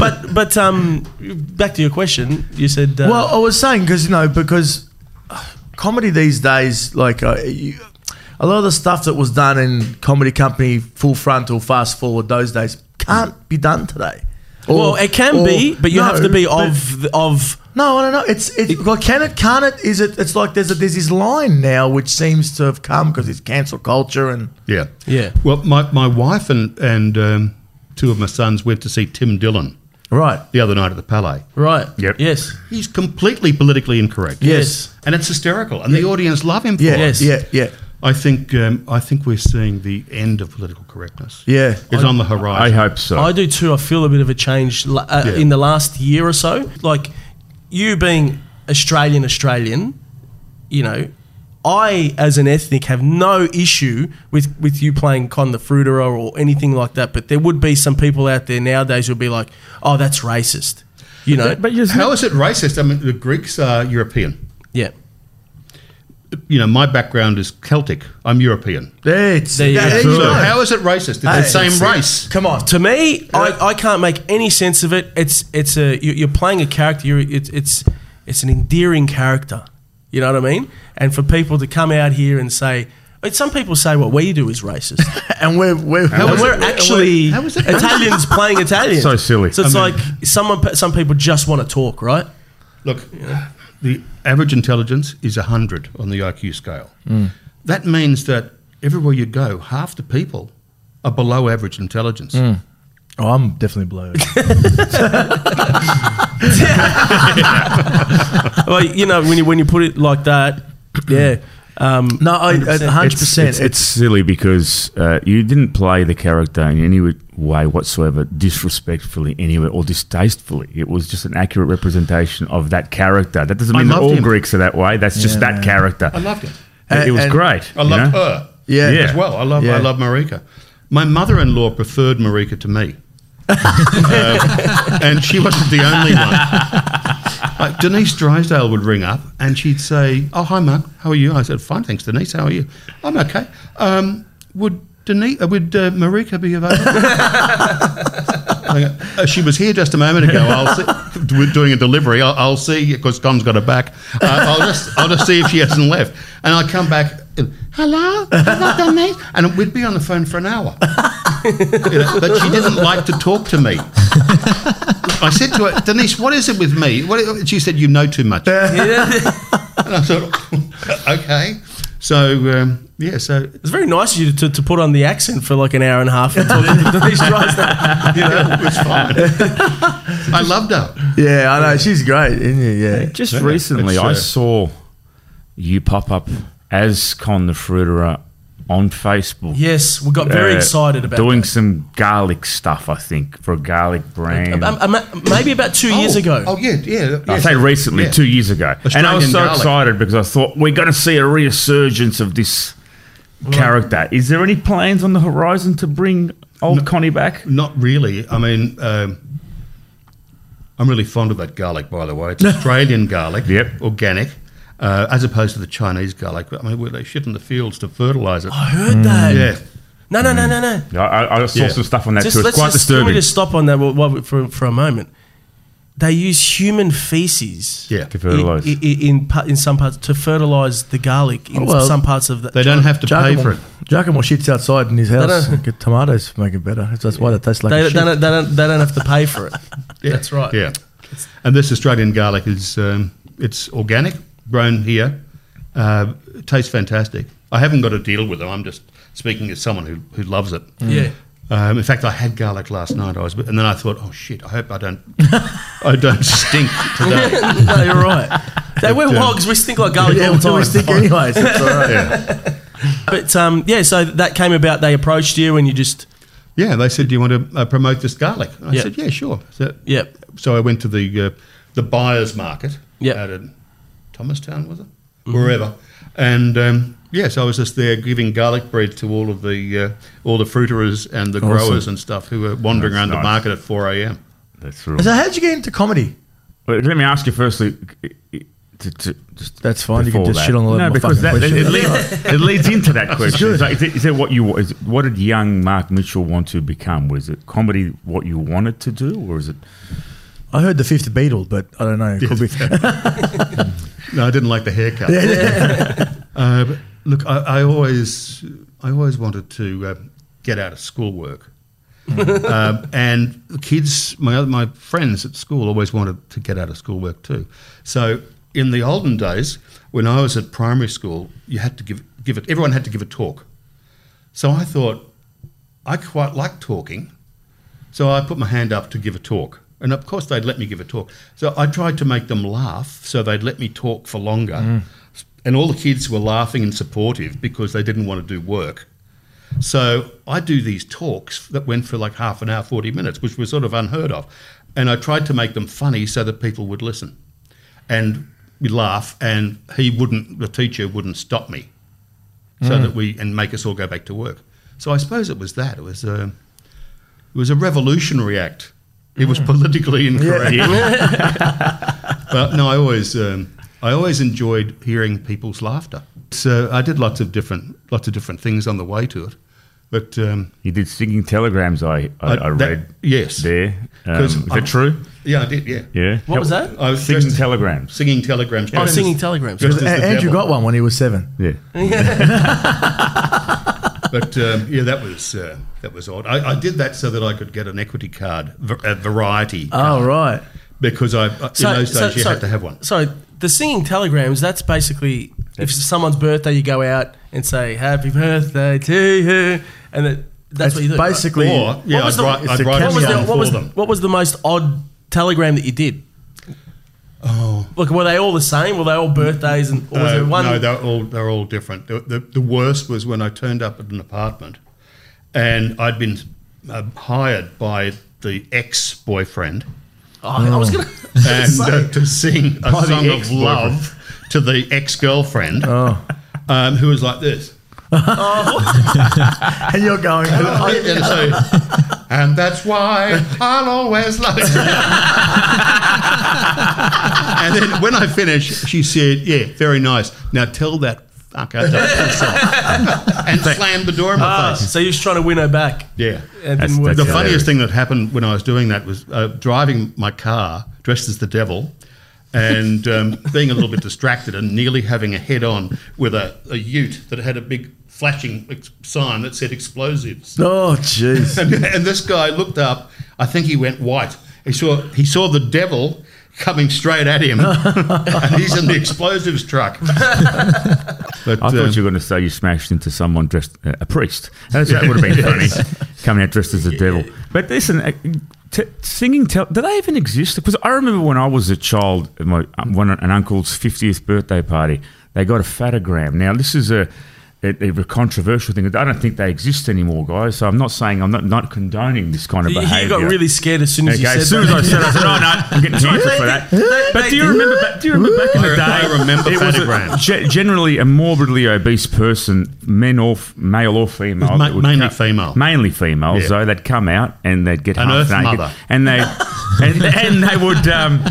C: But but um, back to your question. You said uh,
A: *laughs* Well, I was saying because you know because uh, comedy these days, like uh, you, a lot of the stuff that was done in comedy company, full frontal, fast forward those days can't be done today. Or-
C: well, it can
A: or-
C: be, but you have
A: no,
C: to be
A: but-
C: of the- of.
A: No, I don't know. It's it, well, can it? Can it? Is it? It's like there's a, there's this line now which seems to have come because it's cancel culture and
E: Yeah.
C: Yeah.
E: Well, my, my wife and, and um, two of my sons went to see Tim Dillon
A: right.
E: the other night at the Palais.
C: Right.
B: Yep.
C: Yes.
E: He's completely politically incorrect.
A: Yes.
E: And it's hysterical. And the audience love him for
A: Yeah.
C: Yes.
E: it.
A: Yeah. Yeah.
E: I think um, I think we're seeing the end of political correctness.
A: Yeah.
E: It's on the
B: I
E: horizon.
B: hope so.
C: I do too. I feel a bit of a change la- uh,
E: Yeah.
C: in the last year or so. Like you being Australian, Australian, you know, I as an ethnic have no issue with with you playing Con the Fruiterer or anything like that. But there would be some people out there nowadays who'll be like, "Oh, that's racist," you know.
B: but you
E: How is it racist? I mean, the Greeks are European.
C: yeah.
E: You know, my background is Celtic. I'm European.
A: It's,
C: There you
A: yeah,
C: go.
A: there you
E: So
A: go.
E: how is it racist? It's the
A: Hey,
E: same
A: it's-
E: race. Uh,
A: Come on.
C: To me, I, I can't make any sense of it. It's it's a you- you're playing a character. You're, it's it's it's an endearing character. You know what I mean? And for people to come out here and say, but some people say what we do is racist.
A: *laughs*
E: *laughs*
A: And we're we're,
C: And
A: we're
C: we're actually
E: how is it- *laughs*
C: Italians playing Italians.
B: So silly.
C: So it's
E: I mean-
C: like someone some people just want to talk, right?
E: *laughs* Look, the average intelligence is 100 on the IQ scale.
A: Mm.
E: That means that everywhere you go, half the people are below average intelligence.
A: Oh, I'm definitely blurred.
C: well, you know when you when you put it like that, yeah.
E: *laughs*
C: Um,
A: *laughs*
C: *laughs*
A: no, I, 100%.
C: 100%.
B: It's, it's, it's silly because uh, you didn't play the character in any way whatsoever, disrespectfully, anyway, or distastefully. It was just an accurate representation of that character. That doesn't
E: I
B: mean that
E: loved
B: all
E: him.
B: Greeks are that way. That's just that character.
E: I loved it.
B: it. It was
A: And-
B: great.
E: I
B: you
E: loved
B: know?
E: her
A: yeah.
B: Yeah.
E: as well. I love,
A: Yeah.
E: I love Marika. My mother in law preferred Marika
A: *laughs*
E: to me. Um, and she wasn't the only one. Like Denise Drysdale would ring up and she'd say, Oh, hi, Mark. How are you? I said, Fine, thanks, Denise. How are you? I'm okay. Um, would Denise, uh, would uh, Marika be available? I go, "Uh, she was here just a moment ago. I'll see,
C: *laughs*
E: we're doing a delivery. I'll, I'll see because Tom's got her back. Uh, I'll just I'll just see if she hasn't left, and I'll come back. and, Hello, have I done this? And we'd be on the phone for an hour. You know, but she didn't like to talk to me. I said to her, Denise, what is it with me? What, she said, you know
C: *laughs*
E: too much. and I thought, *laughs* okay. So um, yeah, so
C: It's very nice of you to, to put on the accent for like an hour and a half and talk to these guys.
E: *laughs* you know, it was fine. I loved her.
A: Yeah, I know. She's great, isn't she? Yeah.
B: Just recently,
E: It's, uh,
B: I saw you pop up as Con the Fruiterer on Facebook.
C: Yes, we got very
B: uh,
C: excited about
B: doing
C: that.
B: some garlic stuff. I think for a garlic brand.
C: Um, um, maybe about two years
E: Oh,
C: ago.
E: Oh yeah, yeah.
B: I
E: yes.
B: say recently,
E: Yeah.
B: two years ago, and I was
E: Australian
B: so
E: garlic.
B: excited because I thought we're going to see a resurgence of this character. Is there any plans on the horizon to bring old Connie back?
E: Not really. I mean, um, I'm really fond of that garlic, by the way. It's Australian garlic,
B: Yep.
E: organic, uh, as opposed to the Chinese garlic. I mean, where they shit in the fields to fertilise it.
C: I heard that.
E: Yeah.
C: No, no, no, no, no.
B: I, I, I saw
E: Yeah.
B: some stuff on Mm, that
C: Just,
B: too. It's
C: let's
B: quite
C: just, can we
B: disturbing.
C: just stop on that for, for, for a moment? They use human feces
E: Yeah.
B: To
E: To
B: fertilize. Oh,
C: in, in, in, pa- in some parts to fertilize the garlic in
A: Well,
C: some parts of the.
E: They don't have to pay for
A: Giacomo,
E: it.
A: Giacomo shits outside in his house.
C: don't-
A: and Get tomatoes to make it better. That's- That's why they taste like
C: They,
A: a
C: they,
A: shit.
C: don't, they, don't, they don't have to pay for it. That's right.
E: *laughs* Yeah. And this Australian garlic is um, it's organic, grown here, uh, tastes fantastic. I haven't got a deal with them. I'm just speaking as someone who, who loves it.
C: Mm. Yeah.
E: Um, in fact, I had garlic last night. I was, and then I thought, oh shit! I hope I don't, *laughs* I don't stink today.
C: *laughs* *laughs* no, you're right. They we're
E: um,
C: hogs. We stink like garlic
A: yeah,
C: all the
A: well,
C: time.
A: we stick anyways. It's all right.
E: Yeah.
C: But um, yeah, so that came about. They approached you, and you just
E: Yeah, they said, "Do you want to uh, promote this garlic?" And I
C: Yeah.
E: said, "Yeah, sure." So,
C: Yep.
E: so I went to the uh, the buyers market
C: Yep.
E: out at Thomastown, was it? Wherever, and um, yeah, so I was just there giving garlic bread to all of the uh, all the fruiterers and the growers and stuff who were wandering
B: That's
E: around
B: nice.
E: the market at four a.m.
B: That's
A: *laughs*
B: real.
A: So how'd you get into comedy?
B: But let me ask you firstly. To, to just
A: That's fine, you can
B: before
A: just shit on a lot of
B: no,
A: my
B: because that,
A: fucking
B: It,
A: questions.
B: leads, it leads
A: *laughs*
B: into that question. It's like, is, it, is it what you wa- is, it- what did young Mark Mitchell want to become? Was it comedy what you wanted to do, or is it?
A: I heard the fifth Beatle, but I don't know. Could be. *laughs*
E: No, I didn't like the haircut. uh, but look, I, I always, I always wanted to uh, get out of schoolwork, um, and the kids, my other, my friends at school, always wanted to get out of schoolwork too. So in the olden days, when I was at primary school, you had to give give it. Everyone had to give a talk. So I thought, I quite like talking. So I put my hand up to give a talk. And of course, they'd let me give a talk. So I tried to make them laugh so they'd let me talk for longer. And all the kids were laughing and supportive because they didn't want to do work. So I do these talks that went for like half an hour, 40 minutes, which was sort of unheard of. And I tried to make them funny so that people would listen. And we laugh, and he wouldn't, the teacher wouldn't stop me so that we, and make us all go back to work. So I suppose it was that. It was, um, it was a revolutionary act. It
C: Mm.
E: was politically incorrect.
C: *laughs*
E: but no, I always, um, I always enjoyed hearing people's laughter. So I did lots of different, lots of different things on the way to it. But um,
B: You did singing telegrams. I I,
A: Uh,
B: I,
E: that-
B: read
E: yes,
B: there. Um,
E: 'Cause
B: is
E: I'm-
B: that true?
E: yeah, I did, yeah.
B: Yeah.
C: What was that?
E: I was
B: Singing
E: dressed-
B: telegrams.
E: Singing telegrams.
C: Oh,
E: Dressed
C: singing
E: as-
C: telegrams. *laughs*
E: dressed as
A: A-
E: the
A: Andrew
E: devil.
A: got one when he was seven.
B: Yeah.
E: But um, yeah, that was uh, that was odd. I, I did that so that I could get an equity card, var- a variety,
A: Oh right.
E: because I uh, in those days you had to have one.
C: So the singing telegrams, that's basically if it's someone's birthday, you go out and say happy birthday to you, and it,
A: That's
C: that's what you do.
A: basically.
E: Or yeah,
C: was the-
E: I'd, write,
A: it's
E: I'd
A: a
E: write
A: cameo.
E: a
C: what was, the,
E: song
C: what,
E: for
C: was,
E: them.
C: what was the most odd telegram that you did? Oh, look, were they all the same? Were they all birthdays? And or was
E: Uh,
C: there one?
E: No, they're all they're all different. The, the, the worst was when I turned up at an apartment, and I'd been uh, hired by the ex
B: *laughs*
E: boyfriend,
C: Oh, I was gonna.
E: and uh, to sing a
B: By the
E: song of
B: ex-boyfriend. Oh.
E: love to the ex girlfriend, um, who was like this.
A: And *laughs* you're going. *laughs*
E: and, so- and that's why I'll always love you. and then when I finished, she said, "Yeah, very nice. Now tell that fucker to piss off." and slammed the door in my
C: Ah,
E: face.
C: so you're just trying to win her back.
E: Yeah.
C: It
B: That's-
C: didn't work.
B: that's
E: The
B: Yeah.
E: funniest thing that happened when I was doing that was uh, driving my car dressed as the devil and um, being a little bit distracted and nearly having a head on with a, a ute that had a big flashing ex- sign that said explosives.
A: Oh *laughs* jeez.
E: And, *laughs* and this guy looked up, I think he went white. He saw, he saw the devil coming straight at him and he's in the explosives truck. But,
B: I
E: um,
B: thought you were going to say you smashed into someone dressed uh, a priest. That's, that would have
C: *laughs*
B: been funny, coming out dressed as a devil. But listen, uh, t- singing. Tel- do they even exist? Because I remember when I was a child, at my um, one an uncle's fiftieth birthday party, they got a fatogram. Now this is a. A, a controversial thing. I don't think they exist anymore, guys. So I'm not saying I'm not, not condoning this kind of
C: You,
B: behaviour.
C: you got really scared as soon as
B: Okay,
C: you said
B: as soon
C: that.
B: as I said, I said, "Oh no, I'm
C: *laughs*
B: getting cancer for that." But do you remember? But do you remember back in the day?
E: I remember
B: it was a-
E: photograms.
B: ge- generally a morbidly obese person, men or f- male or female,
E: ma-
B: that would
E: mainly
B: co-
E: female.
B: mainly female.
E: Yeah.
B: So they'd come out and they'd get
E: An
B: half
E: Earth
B: naked,
E: Mother.
B: and they *laughs* and, and they would. Um,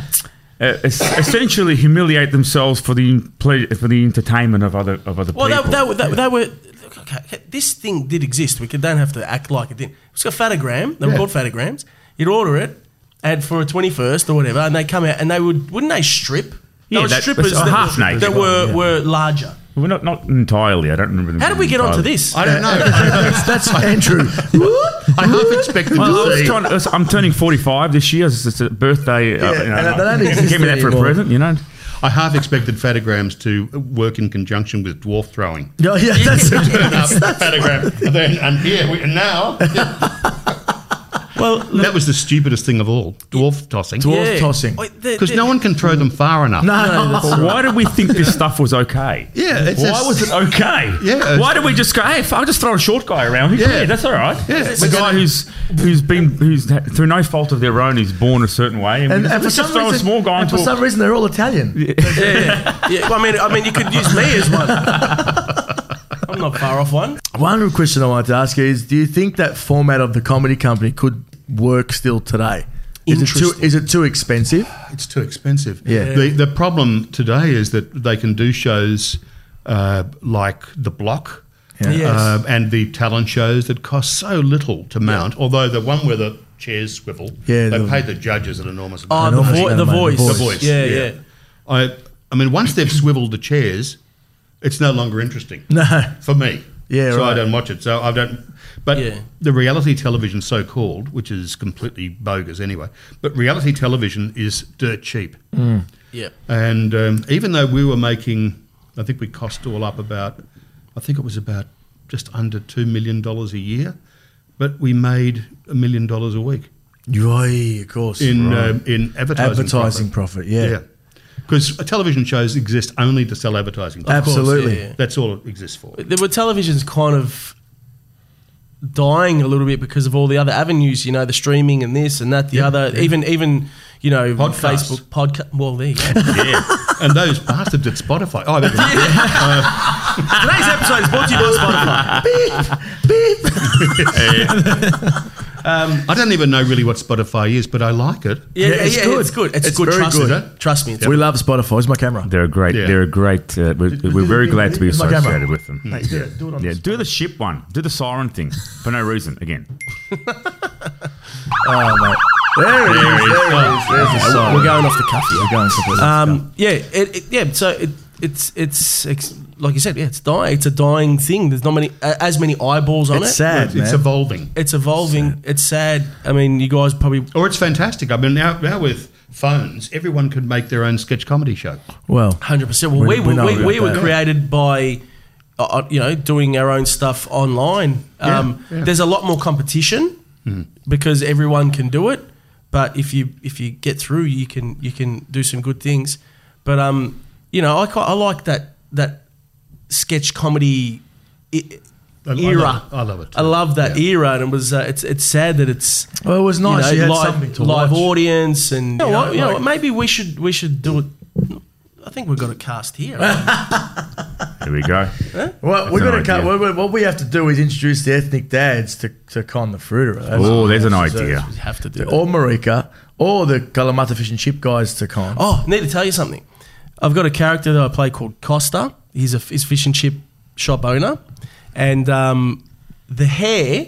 B: uh, es- essentially humiliate themselves for the ple- for the entertainment of other of other
C: Well,
B: people.
C: that, that, that, that were. look, Okay, okay, this thing did exist. We could, don't have to act like it didn't. It's got fatogram. They were
E: Yeah.
C: called fatograms. You'd order it, and for a twenty first or whatever, and they come out and they would wouldn't they strip? They
B: Yeah,
C: were
B: that-
C: strippers
B: that's a
C: that,
B: half
C: were,
B: naked.
C: that were were larger.
B: well, not not entirely. I don't remember. them
C: How did we
B: being
C: get onto
B: entirely.
C: this?
E: I
B: *laughs*
E: don't know.
A: that's, that's Andrew.
E: I half expected
B: Well, I
E: to
B: was
E: see.
B: trying to, I was- I'm turning 45 this year. It's, it's a birthday. uh,
A: Yeah,
B: you know,
A: and they don't exist
B: give me that for a
A: anymore.
B: present, you know.
E: I half expected fatograms to work in conjunction with dwarf
B: *laughs*
E: throwing.
A: *laughs* Yeah, yeah, *laughs* that's
B: *laughs*
E: Turn up, fatogram, and then and here we, and now.
C: Well, Well,
E: that was the stupidest thing of all dwarf tossing.
A: Dwarf tossing.
C: Wait, the-
E: Because
C: the-
E: no one can throw them far enough.
A: No,
B: But why did we think this stuff was okay?
E: Yeah, it's
B: Why
E: just-
B: was it okay?
E: Yeah.
B: Why did we just go? Hey, if I'll just throw a short guy around. Who
E: Yeah.
B: cares? That's all right.
E: Yeah.
B: The guy who's who's been who's ha- through no fault of their own is born a certain way, and, we
A: And,
B: just,
A: and for
B: let's
A: some
B: just throw
A: reason,
B: a small guy
A: and
B: into
A: for
B: a *laughs*
A: some reason, they're all Italian.
C: yeah, *laughs* yeah. Well, I mean, I mean, you could use me as one. I'm not far off one.
A: One question I wanted to ask you is: Do you think that format of the comedy company could work still today? Is it too
C: Interesting.
A: is it too expensive?
E: It's too expensive.
A: Yeah.
E: The, the problem today is that they can do shows uh, like The Block.
A: Yeah.
C: Yes.
E: uh, and the talent shows that cost so little to mount, although the one where the chairs swivel,
A: Yeah,
E: they
A: the-
E: paid the judges an enormous
C: Oh,
E: amount.
C: the,
A: know
C: vo-
A: what's
C: the,
A: going on,
C: voice.
A: mate, the
E: The voice.
C: Yeah, yeah.
E: I, I mean, once they've swiveled the chairs, it's no longer interesting.
A: *laughs* No.
E: For me.
A: Yeah,
E: So I
A: right.
E: don't watch it. So I don't. But
C: Yeah.
E: the reality television, so called, which is completely bogus anyway, but reality television is dirt cheap.
C: yeah.
E: And um, even though we were making, I think we cost all up about, I think it was about just under $2 million a year, but we made a million dollars a week
A: Right, of course.
E: in,
A: Right.
E: um, in advertising.
A: advertising profit. yeah.
E: Because television shows exist only to sell advertising.
A: Absolutely.
C: yeah, yeah.
E: That's all it exists for.
C: There were television's kind of dying a little bit because of all the other avenues, you know, the streaming and this and that, the
E: Yeah,
C: other,
E: yeah.
C: even even you know,
E: Podcasts.
C: Facebook podcast. Well, there you go.
E: yeah. And those bastards at Spotify. Oh, they're Uh, gonna-
C: *laughs* Today's episode is *laughs* brought to you by Spotify.
E: I don't even know really what Spotify is, but I like it.
C: Yeah, yeah,
A: it's
C: yeah,
A: good.
C: it's good. It's,
A: It's
C: good.
A: very
C: Trust
A: good.
C: me. Trust me. It's
A: We love Spotify. Where's my camera?
B: They're a great.
E: Yeah.
B: They're a great. Uh, we're, we're very glad to be
A: Here's my camera.
B: associated with them.
A: Hey, do it- do it on
B: Yeah,
A: this.
B: do the ship one. Do the siren thing for no reason again.
A: Oh, mate. There it is. There it is. There's the song.
C: We're going off the cuff here.
A: We're going completely.
C: Um, yeah, it, it, yeah. So it, it's it's it's like you said. Yeah, it's dying. It's a dying thing. There's not many a- as many eyeballs on
A: it's
C: it.
A: sad,
E: It's
A: man.
E: evolving.
C: It's evolving. It's sad. I mean, you guys probably
E: Or it's fantastic. I mean, now, now with phones, everyone can make their own sketch comedy show.
A: well,
C: hundred percent. Well,
A: We-
C: we
A: we
C: we,
A: know
C: we,
A: about
C: we were
A: that.
C: created by. uh, Uh, you know, doing our own stuff online. Um,
E: yeah. Hmm.
C: There's a lot more competition because everyone can do it. But if you if you get through, you can you can do some good things. But um, you know, I quite, I like that that sketch comedy i-
E: I- I love
C: era.
E: it. I love it too.
C: I love that
E: Yeah.
C: era, and it was uh, it's it's sad that it's
A: Well, it was nice. You had something
C: live,
A: to
C: live
A: watch.
C: audience, and you know,
A: know,
C: what, you know
A: like-
C: what, maybe we should we should do it. I think we've got a cast here.
B: There
A: *laughs*
B: we go.
A: well, we're
B: an
A: gonna cut.
B: idea.
A: What, what- what we have to do is introduce the ethnic dads to, to Con the Fruiterer. That's-
B: Oh, there's an
A: that's-
B: idea.
C: We have to do.
A: that's-
C: That.
A: Or Marika, or the Kalamata Fish and Chip guys to Con.
C: *laughs* Oh, I need to tell you something. I've got a character that I play called Costa. He's a he's a fish and chip shop owner, and um, the hair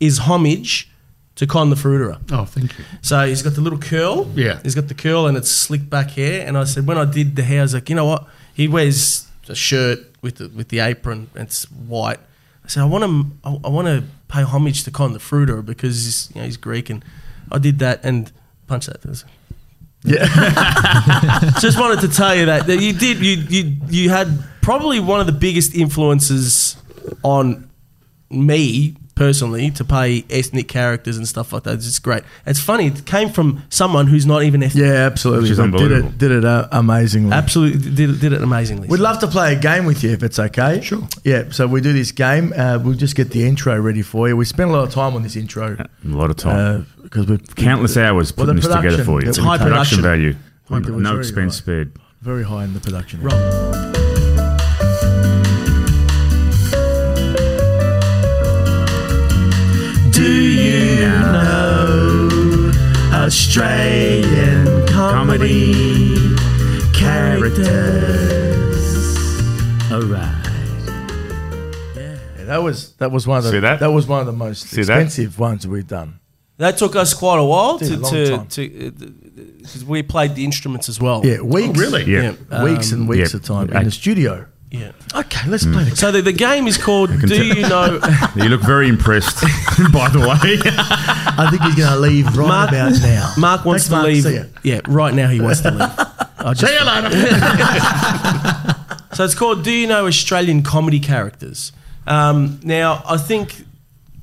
C: is homage to Con the Fruiterer.
E: Oh, thank you.
C: So he's got the little curl.
E: Yeah.
C: He's got the curl and it's slicked back hair. And I said, when I did the hair, I was like, you know what? He wears a shirt with the, with the apron. and It's white. I said, I want to I, I want to pay homage to Con the Fruiter because he's, you know, he's Greek. And I did that and punched that. person.
A: Yeah,
C: Just wanted to tell you that, that you did you you you had probably one of the biggest influences on me personally to play ethnic characters and stuff like that. It's just great. It's funny. It came from someone who's not even ethnic.
A: yeah, absolutely.
B: Which is
A: They
B: unbelievable.
A: Did it, did it uh, amazingly.
C: Absolutely did, did it amazingly.
A: We'd love to play a game with you if it's okay.
E: Sure.
A: Yeah, so we do this game. Uh, we'll just get the intro ready for you. We spent a lot of time on this intro
B: A lot of time.
A: because we've
B: Countless hours
A: well,
B: putting
A: the
B: this together
A: production-
B: for you.
A: It's
C: high production.
B: value.
A: production
B: no
A: value,
B: expense
A: right.
B: spared.
A: very high in the production. Do you know Australian
B: comedy
A: All right. Yeah, that was that was one of the
B: See that?
A: that was one of the most
B: See that?
A: expensive ones we've done.
C: that took us quite a while
A: Did a
C: to
A: long
C: to,
A: time.
C: to uh, because we played the instruments as well.
A: Yeah, weeks.
E: really?
B: Yeah.
A: Weeks and weeks
B: Oh, Um, yeah.
A: of time
B: I-
A: in the studio.
C: Yeah.
A: Okay, let's play the
C: So the, the game is called Do You Know
B: You look very impressed, *laughs* by the way.
A: I think he's going to leave right
C: Mark-
A: about now.
C: Mark
A: Thanks,
C: wants to
A: Mark.
C: leave.
A: See ya.
C: Yeah, right now he wants to
A: *laughs*
C: leave. I just-
E: See you later.
C: *laughs* So it's called Do You Know Australian Comedy Characters? Um, now, I think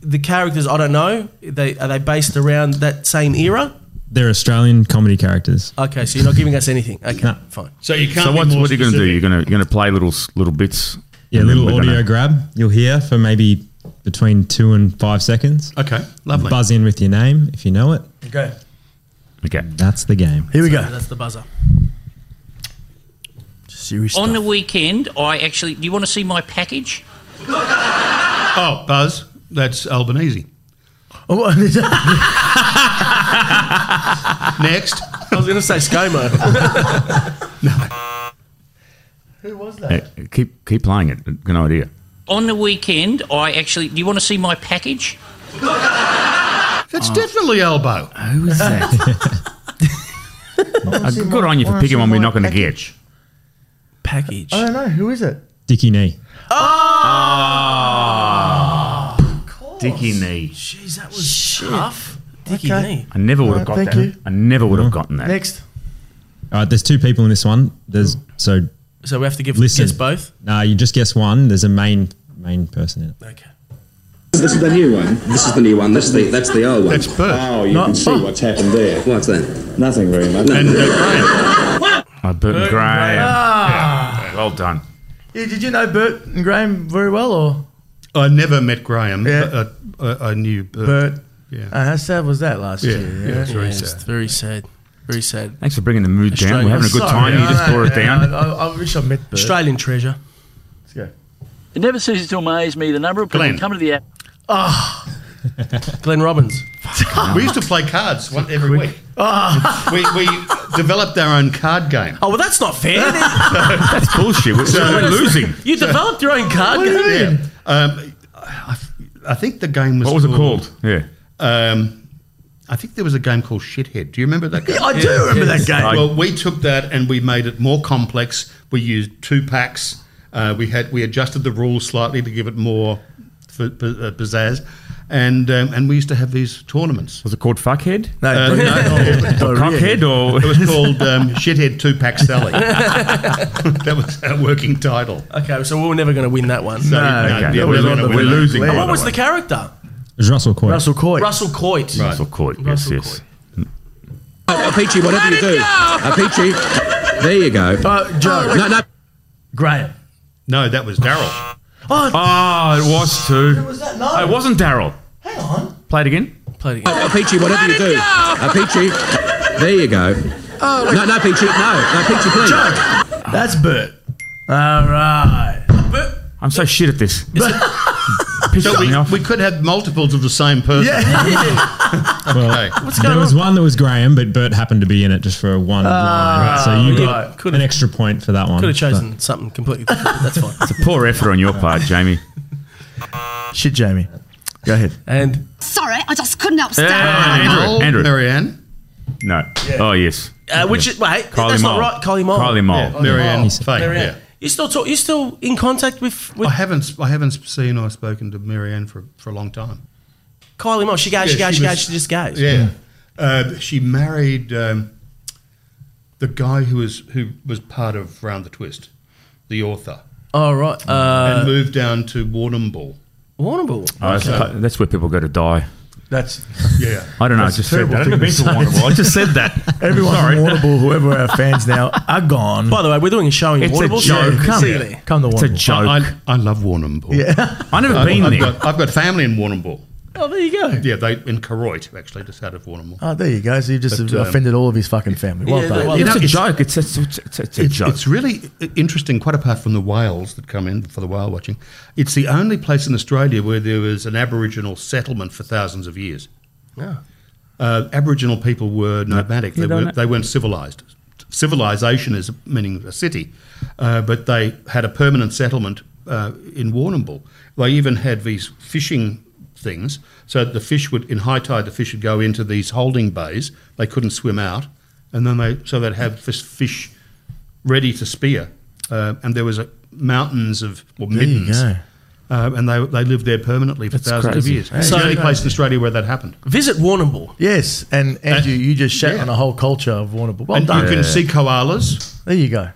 C: the characters I don't know. They are they based around that same era?
F: They're Australian comedy characters.
C: Okay, so you're not giving us anything. Okay,
F: No.
C: fine.
E: So you can't.
B: So
E: be
B: what's,
E: more
B: what are you going to do?
E: specific.
B: You're going to you're going to play little s- little bits.
F: Yeah,
B: and then
F: little
B: we're gonna-
F: audio grab you'll hear for maybe between two and five seconds.
E: Okay, lovely.
F: Buzz in with your name if you know it.
C: Okay,
B: Okay.
F: That's the game.
A: Here we go.
C: that's the buzzer.
A: Serious
G: On the
A: stuff.
G: weekend, I actually. Do you want to see my package?
E: Oh, Buzz, that's Albanese.
A: Oh, what-
B: *laughs*
E: Next.
C: I was going to say ScoMo.
B: Uh, keep keep playing it. Good idea.
G: On the weekend, I actually. Do you want to see my package?
E: That's definitely elbow.
B: Who is that? Uh, good on you for picking one we're not going to get.
C: Package.
A: I don't know. Who is it?
F: Dicky knee.
B: Dicky knee.
C: Jeez, that was tough. Dicky
A: Okay.
C: knee.
B: I never would have
A: Alright,
B: got
A: thank
B: that.
A: you.
B: I never would have gotten that.
A: Next.
F: All right, there's two people in this one. There's so
C: So we have to give
F: Listen.
C: guess both.
F: no, you just guess one. There's a main main person in it.
C: Okay.
H: This is the new one. This is the new one. That's the that's the old one.
E: That's Bert.
I: Oh, you
A: Not-
I: can see what's happened there.
H: What's that?
I: Nothing very much.
E: And uh, Graham.
B: Oh, Burton Graham. Yeah, Well done.
A: Yeah, did you know Bert and Graham very well, or
E: I never met Graham.
A: Yeah.
E: But, uh, I, I knew Bert.
A: Bert?
E: Yeah.
A: Uh, how sad was that last
E: yeah,
A: year?
E: yeah, it's very
C: Yeah, it's
E: sad.
C: very sad. Very sad.
B: Thanks for bringing the mood down. We're
C: Australia.
B: having a good
C: Sorry,
B: time. You
A: I
B: just
A: know,
B: bore it
A: yeah,
B: down.
A: I, I- I wish I met Bert.
C: Australian treasure.
A: Let's go.
J: It never ceases to amaze me the number of people
E: Glenn.
J: who come to the app.
C: Glenn Robbins.
E: We used to play cards one, every
A: *laughs*
E: week.
A: Ah.
E: we, we developed our own card game.
C: Oh well, that's not fair.
B: That's bullshit. We're, we're losing.
C: *laughs* you developed your own
A: Oh,
C: card
E: Yeah.
C: game.
E: Um, I, I think the game was.
B: What was it called? Yeah.
E: Um, I think there was a game called Shithead. Do you remember that game?
A: I do remember that game.
E: well, we took that and we made it more complex. We used two packs. Uh, we had we adjusted the rules slightly to give it more f- p- uh, pizzazz, and um, and we used to have these tournaments.
B: Was it called Fuckhead?
A: No,
E: Uh,
A: Bert-
E: no,
B: Or Cockhead? Or *laughs*
E: it was called um, Shithead Two Pack Sally. *laughs* that was our working title.
C: Okay, so we we're never going to win that one.
E: So,
A: okay.
E: yeah,
B: Yeah,
E: we're
B: we're,
E: gonna
B: on the-
E: win
B: we're
E: that.
B: losing.
A: What
B: by
C: What was
B: way.
C: the character?
F: It was Russell Crowe.
A: Russell Coy.
C: Russell Coit.
E: Right.
B: Russell Coit, Yes,
C: Russell
B: yes.
C: Coit.
H: Oh, Apici, whatever you do, Apici. There you go.
A: Uh, Joe.
H: No, no.
A: Graham.
E: No, that was Daryl.
A: Oh,
B: Oh, it was too.
A: was that
B: Oh, it
A: no?
B: wasn't Daryl.
A: Hang on.
B: Play it again.
C: Play it again.
H: Oh, Apici, whatever you do, Apici. There you go. Oh, no, no, Apici, no, no, Apici, please.
A: That's Bert. All right.
B: I'm so shit at this.
E: So we, we could have multiples of the same person.
A: Yeah.
E: *laughs* Okay.
F: There was one that was Graham, but Bert happened to be in it just for one line. So you
A: Ah, right.
F: got an extra point for that one.
C: Could have chosen something completely different. That's fine.
B: Poor effort on your part, Jamie.
A: Shit, Jamie. Go ahead.
C: And
K: Sorry, I just couldn't help standing.
E: Andrew,
B: Andrew, Andrew.
E: Marianne.
B: No. Oh yes.
C: uh, which is, wait,
B: Kylie
C: that's
B: Mole.
C: not right. Kylie Mole.
B: Kylie Mole.
E: Yeah, Marianne.
F: Oh.
E: Faye,
C: Marianne.
E: yeah.
C: You still talk? You still in contact with with
E: I haven't I haven't seen or spoken to Marianne for, for a long time.
C: Kylie Mole? She goes. she
E: Yeah,
C: goes.
E: she
C: She, goes.
E: was-
C: She just goes.
E: Yeah, uh, she married um, the guy who was who was part of Round the Twist, the author,
C: All right. Uh,
E: and moved down to Warrnambool.
C: Warrnambool.
B: Oh, that's, that's where people go to die.
A: That's
E: Yeah,
B: I don't know. I
A: That's
B: just
A: a
B: said
A: terrible
B: that. I've never
A: thing
B: been
A: to
B: to Warrnambool. I just said that.
A: *laughs* everyone
B: *laughs* Sorry.
A: from Warrnambool, whoever our fans now are gone.
C: By the way, we're doing a show in
B: It's a
C: Warrnambool.
B: joke.
C: so
A: come,
C: See you there.
A: come to
B: It's a
A: Warrnambool.
B: joke. I,
E: I, I love Warrnambool.
A: Yeah.
B: have never
E: I've,
B: been
E: I've
B: there.
E: got, I've got family in Warrnambool.
C: Oh, there you go.
E: Yeah, they in Koroit actually, just out of Warrnambool.
A: Oh, there you go. So you've just
E: But, um,
A: offended all of his fucking family. Well
C: Yeah,
A: done.
C: well-
E: You
B: it's
E: know,
B: a
E: it's-
B: joke. It's, it's, it's, it's, it's a
E: It's,
B: joke.
E: it's really i- interesting, quite apart from the whales that come in for the whale watching. It's the only place in Australia where there was an Aboriginal settlement for thousands of years. Uh, Aboriginal people were nomadic,
B: Yeah,
E: they,
B: they're
E: were,
B: not-
E: they weren't civilized. Civilization is meaning a city, uh, but they had a permanent settlement uh, in Warrnambool. They even had these fishing things, so the fish would, in high tide, the fish would go into these holding bays. They couldn't swim out, and then they so they'd have this fish ready to spear, uh, and there was a mountains of well,
A: There you
E: middens,
A: go.
E: um, and they they lived there permanently for
B: That's
E: thousands
B: crazy.
E: of years.
B: Hey,
E: it's the
C: so-
E: only place in Australia where that happened.
C: Visit Warrnambool.
A: Yes, and Andrew, you just shat
E: yeah.
A: on a whole culture of Warrnambool. Well
E: and
A: done.
E: you can see koalas.
A: there you go.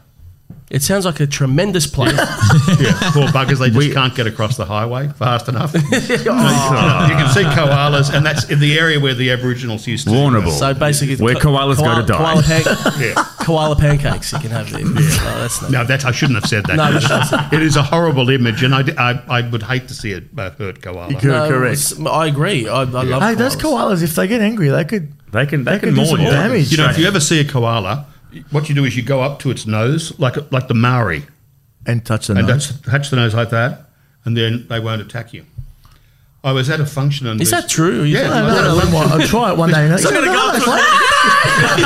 C: It sounds like a tremendous
B: *laughs*
C: place.
E: yeah, *laughs* poor buggers, they just can't get across the highway fast enough. you can see koalas, and that's in the area where the Aboriginals used to.
B: Warrnambool.
C: So basically,
B: Where
C: co-
B: koalas go to die. *laughs*
C: Koala, pan-
E: Yeah.
C: koala pancakes you can have there. No, that's not.
E: No, that's I shouldn't have said that.
C: No, you
E: Chris.
C: shouldn't
E: *laughs* it is a horrible image, and I, d- I- I would hate to see a, a hurt koala.
C: No, it's- I agree. I, I love.
A: Hey, those
C: koalas.
A: koalas, if they get angry, they could.
B: They can they,
A: They
B: can,
A: can do
B: mourn
A: some
B: you.
A: damage.
E: You know, if you ever see a koala, what you do is you go up to its nose, like like the Maori,
A: And touch the
E: and
A: nose.
E: that's, touch the nose like that, and then they won't attack you. I was at a function and
C: Is
E: this-
C: that true? You
E: Yeah,
C: think-
A: No, no, no, no, I'll try it one day. And that's
C: gonna go up to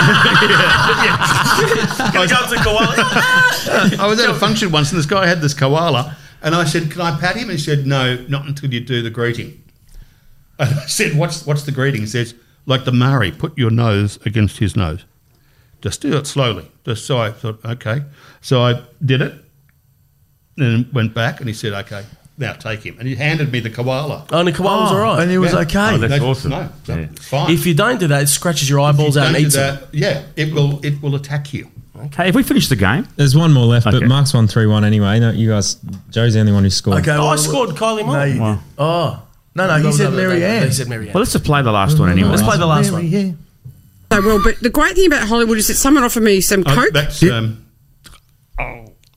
C: Can I go up to koala?
E: *laughs* I was at a function once, and this guy had this koala, and I said, "Can I pat him?" And he said, "No, not until you do the greeting." And I said, "What's what's the greeting?" He says, "Like the Maori, put your nose against his nose. Just do it slowly." Just so I thought, okay. So I did it, and went back, and he said, "Okay, now take him." And he handed me the koala.
C: Only koalas
A: Oh,
C: are right.
A: And he was
E: Yeah.
A: okay.
B: Oh, that's
E: No,
B: awesome.
E: No, no,
B: Yeah.
E: it's fine.
C: If you don't do that, it scratches your eyeballs out
E: Don't
C: and
E: do
C: eats it.
E: that, yeah, it will it will attack you.
B: Hey, if we finish the game,
F: There's one more left,
B: Okay.
F: but Mark's one three one anyway. No, you guys. Joe's the only one who scored.
A: Okay,
C: Oh, I
A: well,
C: scored Kylie Moore.
A: No, you
B: Wow.
C: Oh.
A: No, no, he said Mary Ann.
C: He said Mary Ann.
B: well, let's just play the last one anyway.
C: Let's play the last one.
A: Yeah.
K: I will, but the great thing about Hollywood is that someone offered me some
H: Oh,
E: I-
K: coke.
E: that's
A: Yeah.
E: um,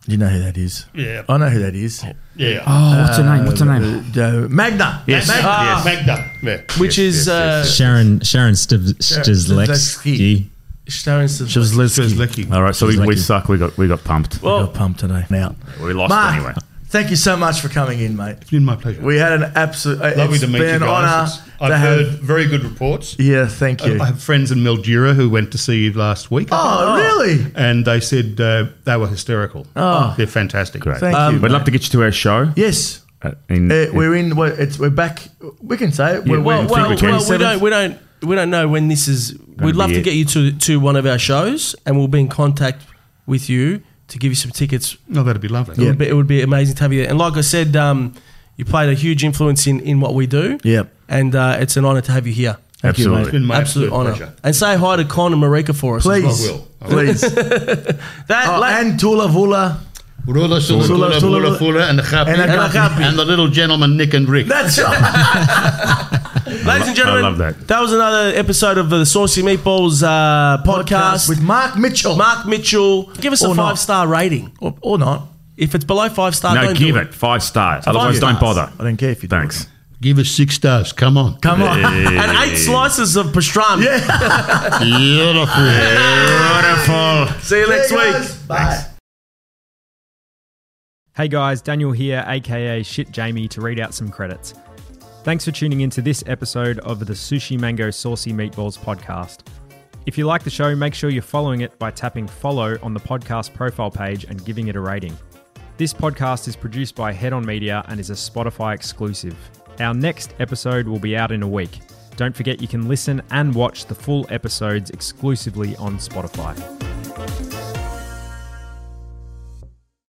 A: You know who that is?
E: Yeah.
A: I know who that is.
E: yeah.
B: Oh, what's her name? What's her name?
A: Uh, Magna.
B: Yes.
A: Magna.
E: Yes, Magda. Yeah.
C: Which is uh,
F: Sharon Sharon Stiv-
A: Uh,
F: Stivletsky.
C: Sharon Sid-
A: She was lesbian.
E: Lucky.
B: All right, so we, we suck. We got we got pumped.
A: We got pumped today. Now.
B: We lost
A: Mark,
B: anyway.
A: Thank you so much for coming in, mate.
E: It's been my pleasure.
A: We had an absolute. uh,
E: Lovely
A: it's
E: to meet
A: been
E: you
A: an honor.
E: guys. It's-
A: to
E: I've
A: have-
E: heard very good reports.
A: Yeah, thank you.
E: I have friends in Mildura who went to see you last week.
A: oh, really?
E: And they said uh, they were hysterical. Oh, they're fantastic.
B: Great.
A: Thank you.
B: We'd love to get you to our show.
A: Um, Yes.
B: Uh, in,
A: Uh, we're in. We're, it's, we're back. We can say it. We're, we're
B: Yeah, I
C: Well,
B: think
C: well,
B: we can.
C: well, we don't, we don't, we don't know when this is.
B: be
C: we'd love to
B: it.
C: get you to to one of our shows, and we'll be in contact with you to give you some tickets.
E: Oh, that'd be lovely.
C: It, would be, it would be amazing to have you there. And like I said, um, you played a huge influence in in what we do.
A: Yep.
C: And uh, it's an honor to have you here.
A: mate.
E: It's been my absolute,
C: Absolute honor.
E: pleasure.
C: And say hi to Con and Marika for us. as well.
A: Please.
E: I will. I will.
A: *laughs*
B: *laughs*
A: Please.
C: That
A: Oh,
C: la-
A: and Tula Vula.
E: Rula, sula,
A: Sula,
E: tula,
A: sula,
E: vula, fula, and the happy,
A: and the
C: gapi.
E: and the little gentleman Nick and Rick.
A: That's
C: *laughs* ladies and gentlemen,
B: I love that.
C: was another episode of the Saucy Meatballs uh, podcast.
A: with Mark Mitchell.
C: Mark Mitchell, give us a
A: Or not.
C: five star rating.
A: Or, or not.
C: If it's below five star,
B: no,
C: don't
B: give
C: do
B: it five stars. Otherwise, don't
C: stars.
B: bother.
A: I don't care if you do.
B: Thanks.
E: Give us six stars. Come on.
A: Come on.
C: And eight slices of pastrami.
E: Beautiful. Beautiful.
C: See you next
A: See you
C: week.
A: guys. Bye.
L: Hey guys, Daniel here, aka Shit Jamie, to read out some credits. Thanks for tuning in to this episode of the Sushi Mango Saucy Meatballs podcast. If you like the show, make sure you're following it by tapping follow on the podcast profile page and giving it a rating. This podcast is produced by Head On Media and is a Spotify exclusive. Our next episode will be out in a week. Don't forget you can listen and watch the full episodes exclusively on Spotify.